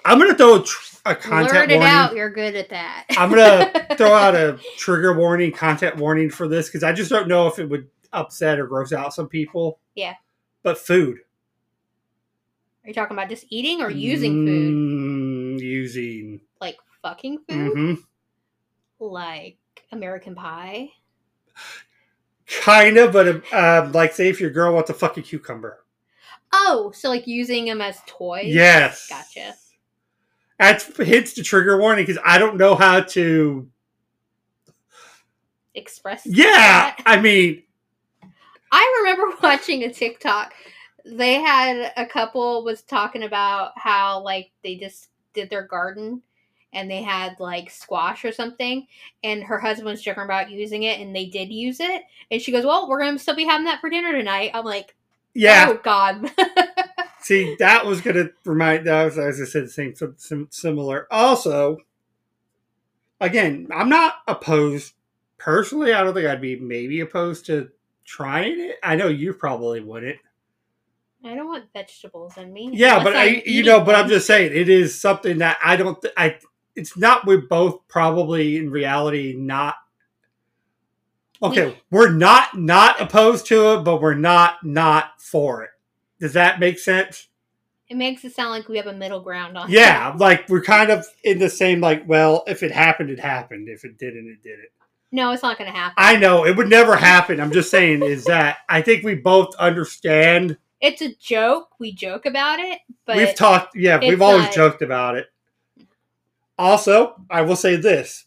I'm going to throw a, tr- a content
Blurt it
warning.
out. You're good at that.
I'm gonna throw out a trigger warning, content warning for this because I just don't know if it would upset or gross out some people.
Yeah.
But food.
Are you talking about just eating or using food?
Mm, using.
Like fucking food?
hmm
Like American Pie?
Kind of, but um, like, say if your girl wants a fucking cucumber.
Oh, so like using them as toys?
Yes.
Gotcha.
That hits the trigger warning because I don't know how to.
Express.
Yeah,
that?
I mean,
I remember watching a TikTok. They had a couple was talking about how like they just did their garden and they had like squash or something and her husband was joking about using it and they did use it and she goes, "Well, we're going to still be having that for dinner tonight." I'm like,
yeah.
"Oh god."
See, that was going to remind. That was, as I said, the same sim, sim, similar. Also, again, I'm not opposed personally. I don't think I'd be maybe opposed to trying it. I know you probably wouldn't.
I don't want vegetables in me.
Yeah,
unless
but
I'm
I, you
eating
know, but I'm
them.
just saying it is something that I don't. Th- I it's not we both probably in reality not. Okay,
We-
we're not not opposed to it, but we're not not for it. Does that make sense?
It makes it sound like we have a middle ground on.
Yeah, like we're kind of in the same like, well, if it happened, it happened. If it didn't, it didn't.
No, it's not going to happen.
I know it would never happen. I'm just saying is that I think we both understand.
it's a joke. We joke about it, but
we've talked, yeah, we've
it's
always
not-
joked about it. Also, I will say this: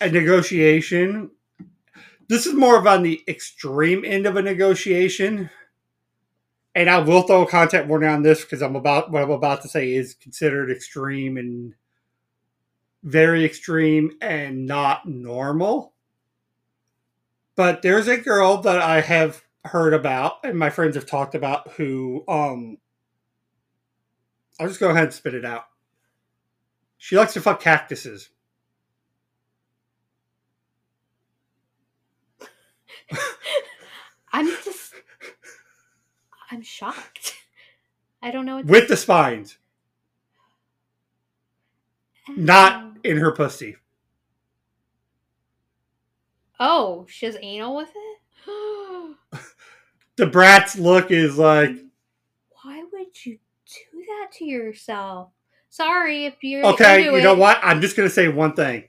a negotiation. This is more of on the extreme end of a negotiation, and I will throw a content warning on this because I'm about what I'm about to say is considered extreme and very extreme and not normal. But there's a girl that I have heard about and my friends have talked about who um I'll just go ahead and spit it out. She likes to fuck cactuses.
I'm just I'm shocked. I don't know what
with the spines, not in her pussy.
Oh, she has anal with it?
The brat's look is like,
Why would you do that to yourself? Sorry if you're
okay,
into
you know
it.
what? I'm just gonna say one thing.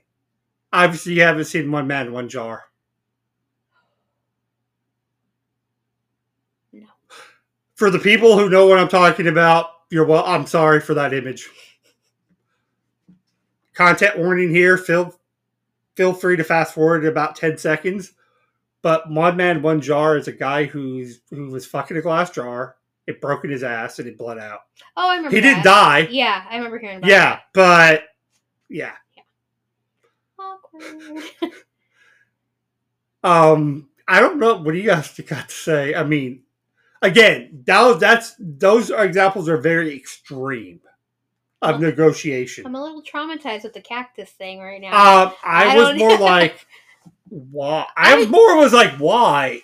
Obviously, you haven't seen one man, one jar.
No.
For the people who know what I'm talking about, you're well. I'm sorry for that image. Content warning here. Feel feel free to fast forward about ten seconds. But one man, one jar is a guy who's who was fucking a glass jar. It broke in his ass and it bled out.
Oh, I remember
He didn't
that.
die.
Yeah, I remember hearing about
Yeah, but yeah.
that. Awkward.
Um, I don't know. What do you guys got to say? I mean, again, that was, that's those are examples are very extreme of
Well,
negotiation.
I'm a little traumatized with the cactus thing right now.
Um,
I
I was
don't-
more like, why? I was
I-
more was like, why?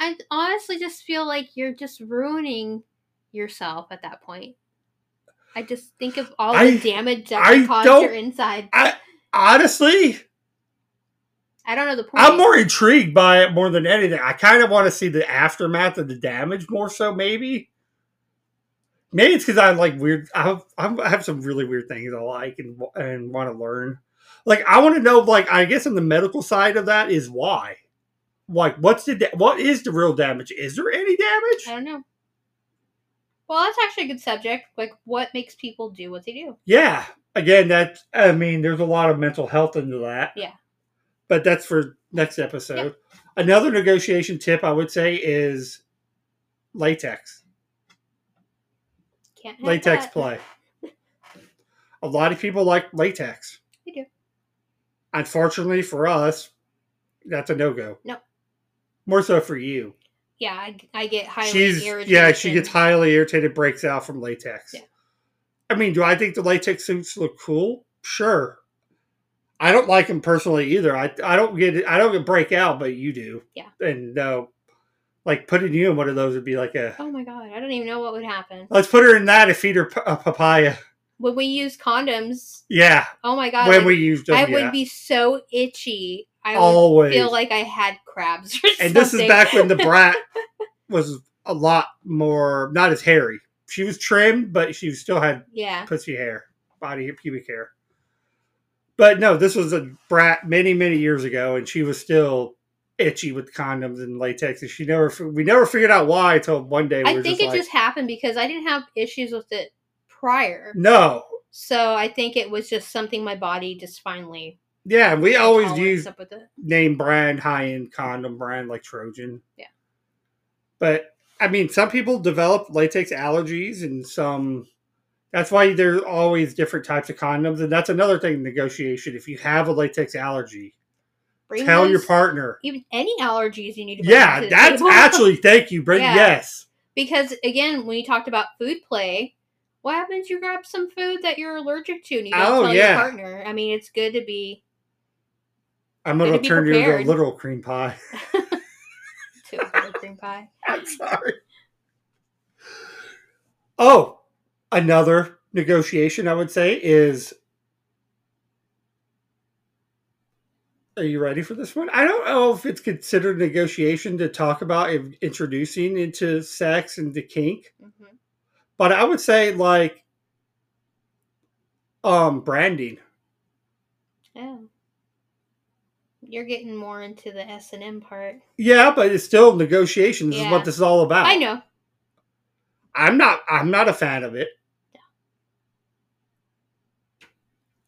I honestly just feel like you're just ruining yourself at that point. I just think of all
I-
the damage that
I
could cause
don't-
your inside.
Honestly,
I don't know the point.
I'm more intrigued by it more than anything. I kind of want to see the aftermath of the damage more so, maybe. Maybe it's because I like weird. I have, I'm- I have some really weird things I like and wa- and want to learn. Like I want to know. Like I guess on the medical side of that is why. Like what's the da- what is the real damage? Is there any
I
damage?
don't know. Well, that's actually a good subject. Like, what makes people do what they do?
Yeah. Again, that's I mean, there's a lot of mental health into that.
Yeah.
But that's for next episode. Another negotiation tip I would say is latex.
Can't have
latex
that.
play. A lot of people like latex.
They do.
Unfortunately for us, that's a no go.
No.
More so for you.
Yeah, I, I get highly
She's
irritated.
yeah, she gets highly irritated, breaks out from latex.
Yeah.
I mean, do I think the latex suits look cool? Sure. I don't like them personally either. I I don't get I don't get break out, but you do.
Yeah.
And no, like putting you in one of those would be like a
Oh my god, I don't even know what would happen
let's put her in that and feed her p- a papaya.
when we use condoms.
Yeah,
Oh my god,
when
like,
we used them,
I
yeah.
would be so itchy. I would
always
feel like I had crabs or something.
and this is back when the brat was a lot more not as hairy she was trimmed, but she still had
Yeah.
pussy hair, body pubic hair. But no, this was a brat many many years ago, and she was still itchy with condoms and latex, and she never fi- we never figured out why until one day we
I
were
think
just
it
like,
just happened because I didn't have issues with it prior.
no,
So I think it was just something my body just finally
yeah, we always
tolerance
use
up with it.
name brand, high end condom brand like Trojan.
Yeah.
But I mean, some people develop latex allergies, and some that's why there's always different types of condoms. And that's another thing in negotiation. If you have a latex allergy,
Bring
tell your
those-
partner.
even any allergies you need to bring to
Yeah,
the
that's
table.
actually thank you, Brent.
Yeah.
Yes.
because again when you talked about food play what happens if you grab some food that you're allergic to and you don't
Oh,
tell
yeah.
your partner i mean it's good to be
I'm gonna
Gotta be
turn you into a
prepared.
literal cream pie.
to a cream pie
I'm sorry. Oh, another negotiation I would say is. Are you ready for this one? I don't know if it's considered negotiation to talk about if introducing into sex and to kink,
Mhm.
but I would say like um branding.
oh you're getting more into the s&m part
Yeah, but it's still negotiation. This is
Yeah.
what this is all about.
i know
I'm not I'm not a fan of it.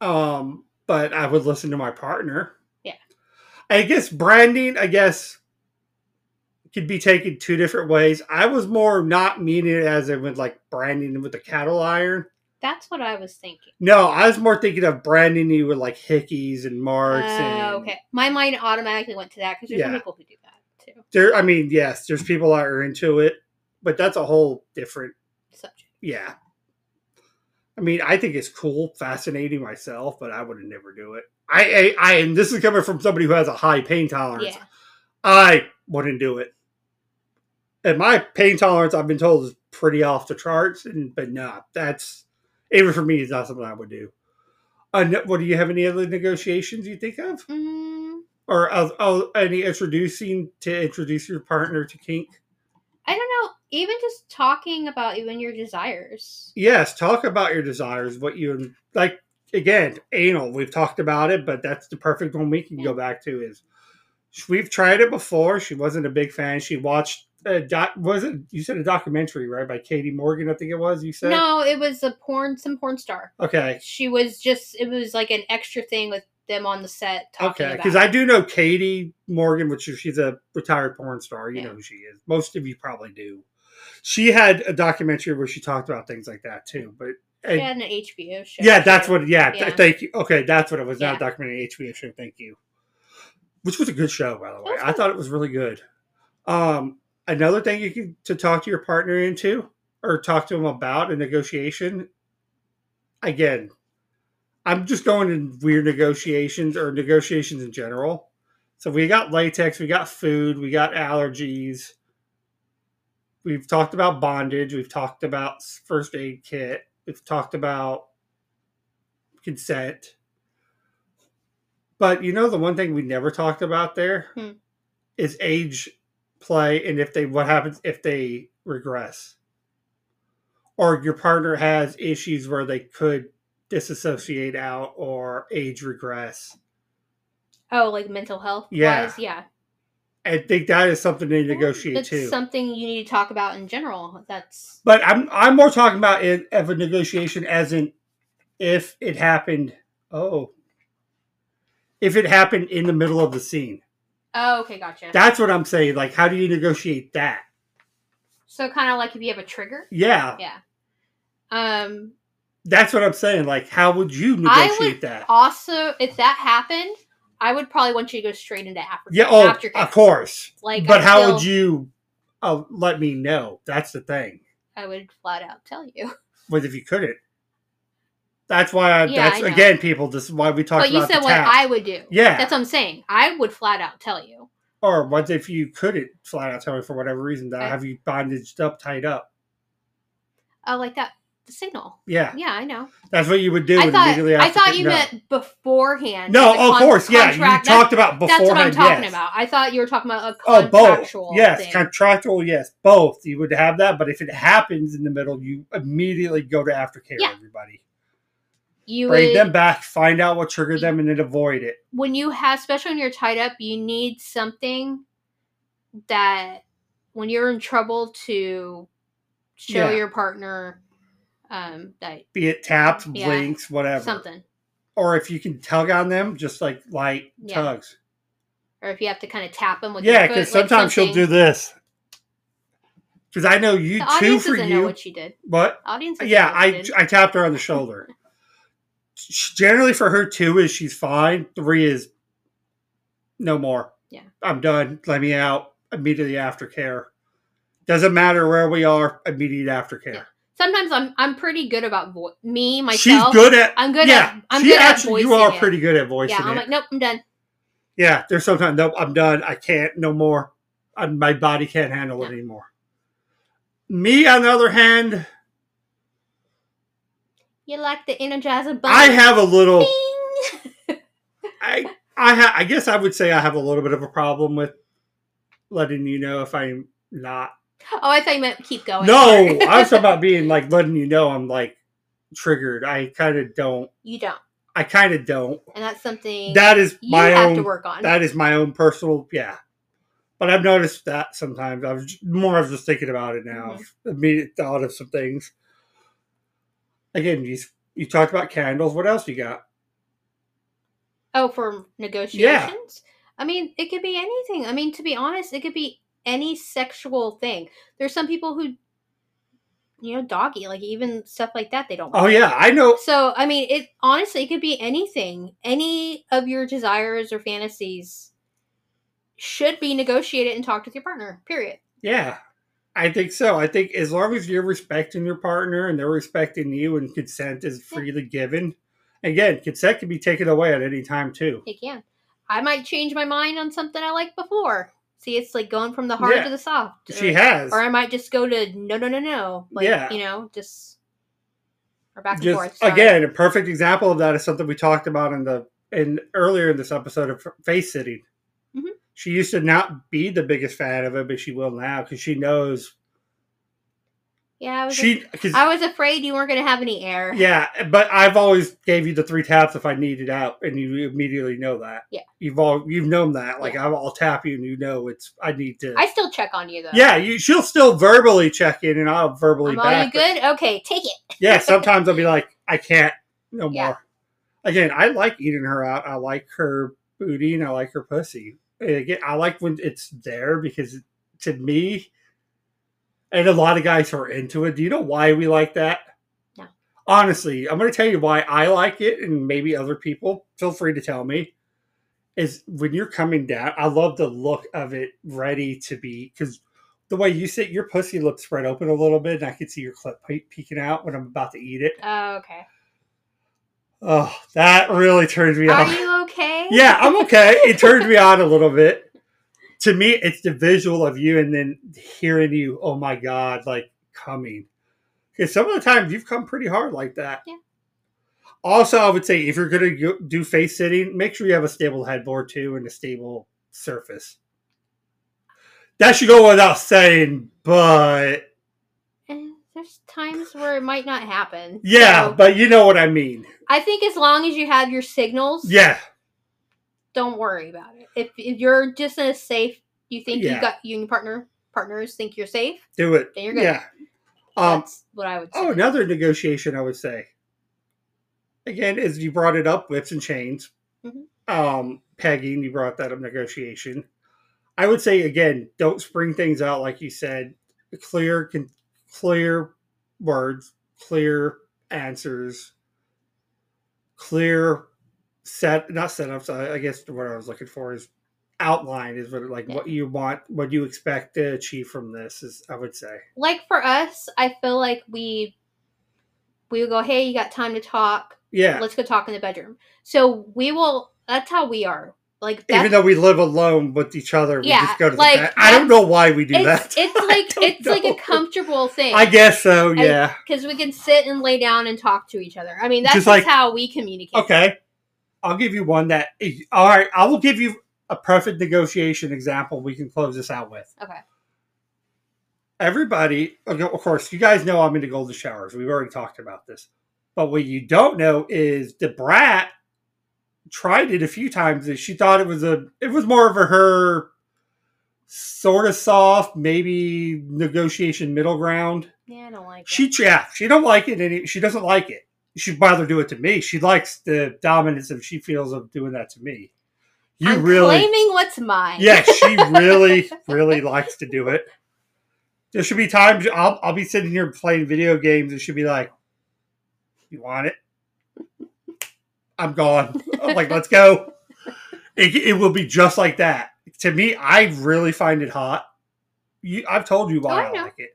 Um, but I would listen to my partner.
Yeah.
I guess branding, I guess, could be taken two different ways. I was more not meaning it as in with like branding with a cattle iron.
that's what i was thinking
No, I was more thinking of branding you with like hickeys and marks and
oh okay my mind automatically went to that because there's some
Yeah.
people who do that too
there I mean, yes, there's people that are into it, but that's a whole different
subject
yeah. I mean, I think it's cool, fascinating myself, but I would never do it. I, I, I, and this is coming from somebody who has a high pain tolerance.
yeah
I wouldn't do it. And my pain tolerance, I've been told, is pretty off the charts. And but no, that's even for me, it's not something I would do. Uh, no- what do you have any other negotiations you think of,
mm,
or of, of any introducing to introduce your partner to kink?
i don't know even just talking about even your desires
yes talk about your desires what you like again anal we've talked about it but that's the perfect one we can go back to is we've tried it before she wasn't a big fan she watched a doc was it you said a documentary right by katie morgan i think it was you said
no it was a porn some porn star
okay
she was just it was like an extra thing with them on the set talking
okay because
because
i do know katie morgan which is- she's a retired porn star you
Yeah.
know who she is most of you probably do she had a documentary where she talked about things like that too but
she
and-
had an HBO show.
Yeah, that's
too.
what. Yeah, th-
Yeah.
thank you. Okay, that's what it was. Not
Yeah.
a documentary HBO show. Thank you. Which was a good show, by the way.
was
I
good.
thought it was really good. Um, another thing you can to talk to your partner into or talk to them about a negotiation. Again, I'm just going in weird negotiations or negotiations in general. So we got latex, we got food, we got allergies. We've talked about bondage. We've talked about first aid kit. We've talked about consent. But you know the one thing we never talked about there is
Hmm.
age play and if they what happens if they regress. Or your partner has issues where they could disassociate out or age regress.
Oh, like mental health.
Yeah.
wise? yeah.
I think that is something they negotiate
That's
too.
something you need to talk about in general. That's
But I'm I'm more talking about it of a negotiation as in if it happened. Oh, if it happened in the middle of the scene,
oh, okay, gotcha.
that's what I'm saying. Like, how do you negotiate that?
so kind of like if you have a trigger.
Yeah,
Yeah. Um.
that's what I'm saying. Like, how would you negotiate that?
Also, if that happened, I would probably want you to go straight into after.
Yeah. Oh,
after
of course.
Like,
but
I
how
feel
would you uh, let me know? That's the thing.
I would flat out tell you.
But if you couldn't, that's why. I,
Yeah,
that's
I know.
again, people. This is why we talked
But
about.
you said
the
what
tap.
I would do.
Yeah.
That's what I'm saying. I would flat out tell you.
or what if you couldn't flat out tell me for whatever reason that I
Right.
have you bondaged up, tied up?
Oh, like that the signal.
Yeah,
Yeah, I know.
that's what you would do.
I
would
thought
immediately
I
after
thought
picking
you
up.
meant beforehand.
No,
as a
of
con-
course, yeah. You
contract.
talked about
That's, that's
beforehand.
what I'm talking
yes.
about. I thought you were talking about a
Oh, both.
contractual.
Yes,
thing.
contractual. Yes, both. You would have that, but if it happens in the middle, you immediately go to aftercare.
Yeah.
Everybody,
you
bring
would,
them back, find out what triggered them, and then avoid it.
when you have, especially when you're tied up, you need something that when you're in trouble to show
Yeah.
your partner um, that
Be it taps,
Yeah.
blinks, whatever.
something,
Or if you can tug on them, just like light
Yeah.
tugs.
or if you have to kind of tap them with
yeah,
your foot,
because
like
sometimes she'll
something-
do this. Because I know you
The
too
audience
for
doesn't know
you,
what you did.
but
The audience, doesn't know
yeah,
what you
I
did.
I tapped her on the shoulder. Sh- Generally, for her two is she's fine. Three is no more.
Yeah.
I'm done. Let me out immediately after care. Doesn't matter where we are. Immediate aftercare.
sometimes I'm I'm pretty good about vo- me myself.
she's good at.
I'm good
yeah,
at I'm
she
good
actually
at voicing
you are
it.
pretty good at voicing
Yeah, I'm
it.
like, nope, I'm done.
yeah, there's sometimes nope. I'm done. I can't no more. I, my body can't handle it
Yeah.
anymore. Me, on the other hand,
You like the energizer Oh, bunny?
I have a little.
Bing!
I I ha- I guess I would say I have a little bit of a problem with letting you know if I'm not.
Oh, I thought you meant keep going.
No,
Sorry.
I was talking about being like letting you know I'm like triggered. I kind of don't.
you don't,
I kind of don't.
and that's something
That is
you
my
have to
own.
work on.
That is my own personal. Yeah, but I've noticed that sometimes. I was j- more of just thinking about it now.
Mm-hmm.
Immediate thought of some things. Again, you s- you talked about candles. What else you got?
oh, for negotiations. I mean, it could be anything. I mean, to be honest, it could be any sexual thing. There's some people who, you know, doggy like even stuff like that. They don't.
Oh yeah, I know.
So, I mean, it honestly it could be anything. Any of your desires or fantasies should be negotiated and talked with your partner. Period.
Yeah, I think so. I think as long as you're respecting your partner and they're respecting you and consent is
Yeah.
freely given, again, consent can be taken away at any time too.
It can. I might change my mind on something I liked before. See, it's like going from the hard
Yeah.
to the soft.
She
or,
has.
or I might just go to no, no, no, no. Like,
Yeah.
you know, just or back and
Just
forth. sorry.
again, a perfect example of that is something we talked about in the in earlier in this episode of face sitting.
Mhm.
She used to not be the biggest fan of it, but she will now because she knows
Yeah, I was,
she. Cause,
I was afraid you weren't going to have any air.
yeah, but I've always gave you the three taps if I needed out, and you immediately know that.
Yeah.
you've all you've known that. Like I'll, I'll tap you, and you know it's I need to.
I still check on you though.
yeah, you she'll still verbally check in, and I'll verbally
I'm all you
back. but-
good? Okay, take it.
yeah, sometimes I'll be like, I can't no
Yeah.
more. Again, I like eating her out. I like her booty and I like her pussy. And again, I like when it's there because to me, and a lot of guys who are into it, do you know why we like that?
No.
Honestly, I'm going to tell you why I like it and maybe other people. Feel free to tell me. Is when you're coming down, I love the look of it ready to be because the way you sit, your pussy looks spread open a little bit, and I can see your clip pe- peeking out when I'm about to eat it.
Oh, okay.
Oh, that really turns me
Are
on.
you okay?
Yeah, I'm okay. It turned me on a little bit. To me, it's the visual of you and then hearing you, oh my God, like coming. Because some of the times you've come pretty hard like that.
Yeah.
Also, I would say if you're going to do face sitting, make sure you have a stable headboard too and a stable surface. That should go without saying, but
Eh, There's times where it might not happen.
yeah,
So,
but you know what I mean.
I think as long as you have your signals,
Yeah,
don't worry about it. If, if you're just in a safe, you think
Yeah.
you got you and your partner partners think you're safe,
do it.
then you're good.
Yeah. Um,
That's what I would say.
Oh, another negotiation, I would say. Again, is you brought it up, whips and chains.
Mhm.
Um, pegging, you brought that up, negotiation. I would say again, don't spring things out like you said. Clear, con- clear words, clear answers, clear set, not setups. I, I guess what I was looking for is outline is what like
Yeah.
what you want, what you expect to achieve from this is I would say.
Like for us, I feel like we we would go, hey, you got time to talk?
Yeah.
Let's go talk in the bedroom. So we will. That's how we are. Like
Even though we live alone with each other, we
Yeah,
just go to
like,
the bath. I don't know why we do
it's,
that. I
it's
don't
like it's like
know.
a comfortable thing.
I guess so,
I-
yeah.
because we can sit and lay down and talk to each other. I mean, that's
Just
just,
like-
how we communicate.
okay. I'll give you one that eh, all right, I will give you a perfect negotiation example we can close this out with.
Okay.
Everybody, oh, of course, you guys know I'm into golden showers. We've already talked about this. But what you don't know is the brat tried it a few times and she thought it was a it was more of a her sort of soft, maybe negotiation middle ground.
Yeah, I don't like
She
it.
yeah, she don't like it any she doesn't like it. She'd rather do it to me. She likes the dominance if she feels of doing that to me. You
I'm
really
claiming what's mine.
Yeah, she really, really likes to do it. There should be times I'll I'll be sitting here playing video games and she'll be like, You want it? I'm gone. I'm like, let's go. It, it will be just like that. To me, I really find it hot. You, I've told you why
Oh, I
I,
know.
like it.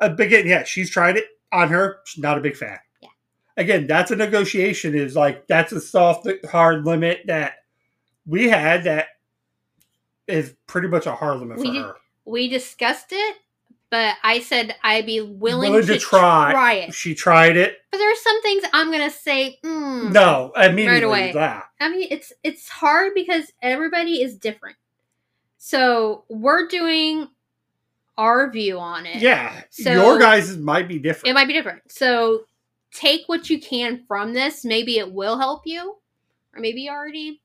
Uh, but again, yeah, she's tried it on her. She's not a big fan.
Yeah.
Again, that's a negotiation. Is like that's a soft, hard limit that we had. That is pretty much a hard limit
We
for
did-
her.
We discussed it, but I said I'd be willing,
Willing to
to,
try.
it.
She tried it.
But there are some things I'm gonna say. Mm.
No, immediately
away.
that.
I mean, it's it's hard because everybody is different. So we're doing our view on it.
Yeah,
So-
your guys might be
it
different.
might be different. So take what you can from this. Maybe it will help you, or maybe you already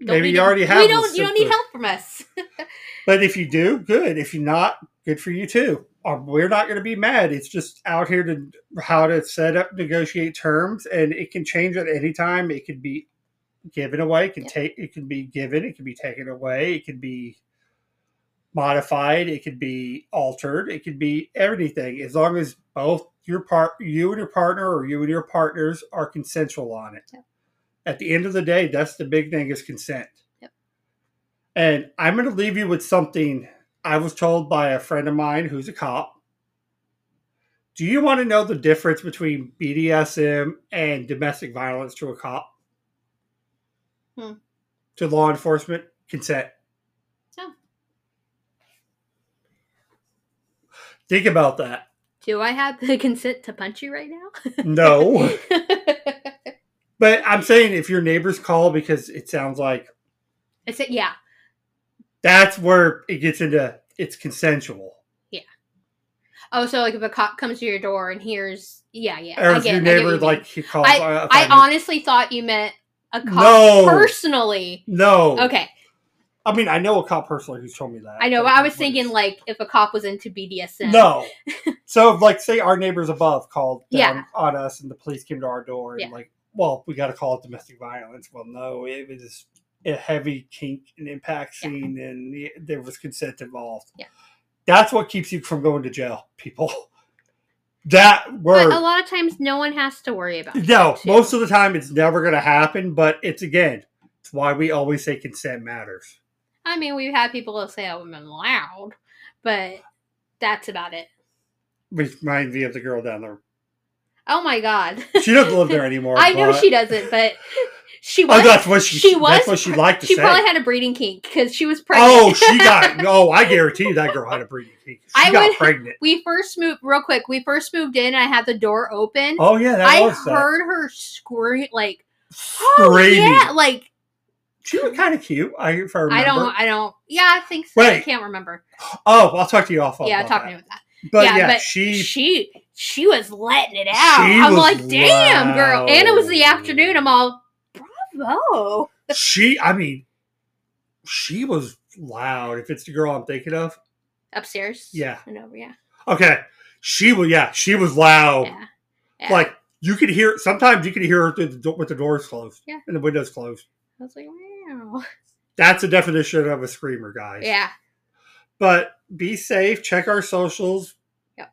don't
Maybe
need
you
it.
already have.
We
this
don't. You don't need
symptom.
help from us.
But if you do, good. If you're not, good for you too. Uh, We're not going to be mad. It's just out here to how to set up, negotiate terms, and it can change at any time. It can be given away. It can
Yeah.
take. It can be given. It can be taken away. It can be modified. It can be altered. It can be everything. As long as both your part, you and your partner, or you and your partners are consensual on it.
Yeah.
At the end of the day, that's the big thing: is consent.
Yep.
And I'm going to leave you with something I was told by a friend of mine who's a cop. Do you want to know the difference between BDSM and domestic violence to a cop?
Hmm.
To law enforcement? Consent.
No.
Think about that.
Do I have the consent to punch you right now?
No. but I'm saying if your neighbors call because it sounds like
I said, yeah,
that's where it gets into it's consensual.
Oh, so like if a cop comes to your door and hears, yeah, yeah,
Or
I
if
get
your
it, I get what
neighbor
you mean.
like he calls uh,
I
if I-
honestly thought you meant a cop
No.
personally.
No.
Okay,
I mean, I know a cop personally who's told me that.
I know,
but
but I was
it's-
thinking like if a cop was into BDSM.
No. so, if, like, say our neighbors above called down
Yeah.
on us and the police came to our door and,
Yeah.
like, well, we got to call it domestic violence. Well, no, it was a heavy kink and impact
Yeah.
scene and the- there was consent involved.
Yeah.
That's what keeps you from going to jail, people. That word.
but a lot of times no one has to worry about. it.
No,
too.
most of the time it's never going to happen, but it's again, it's why we always say consent matters.
I mean, we've had people who say I'm loud, but that's about it.
Which reminds me of the girl down there.
Oh my god,
She doesn't live there anymore.
I know
but-
she doesn't, but she was.
Oh, that's what she,
she was.
That's what she liked to
she
say.
probably had a breeding kink because she was pregnant.
oh, she got. Oh, I guarantee you that girl had a breeding kink. She
I
got
would-
pregnant.
we first moved real quick. We first moved in. and I had the door open.
Oh yeah, that
I
was that.
heard her scream like, "Oh
Screaming.
yeah!" Like
She was kind of cute. I if I remember.
I don't, I don't. Yeah, I think so. I
Wait.
can't remember.
Oh, I'll talk to you off.
yeah,
about
talking
that.
about that.
But yeah,
yeah, but
she.
She she was letting it out.
She
I'm
was
like, damn, girl. And it was the
loud.
afternoon. I'm all, bravo.
She. I mean, she was loud. If it's the girl I'm thinking of,
Upstairs.
Yeah.
And over. Yeah.
okay. She was. Yeah, she was loud.
Yeah. yeah.
Like you could hear. Sometimes you could hear her through the door with the doors closed
Yeah.
and the windows closed.
I was like, wow.
That's a definition of a screamer, guys.
Yeah.
But be safe. Check our socials.
Yep.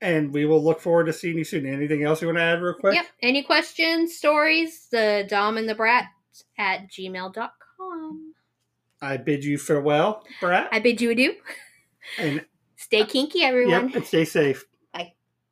And we will look forward to seeing you soon. Anything else you want to add, real quick?
Yep. Any questions, stories? The Dom and the Brat at gmail.com.
I bid you farewell, Brad.
I bid you adieu.
and
Stay kinky, everyone.
yep, and stay safe.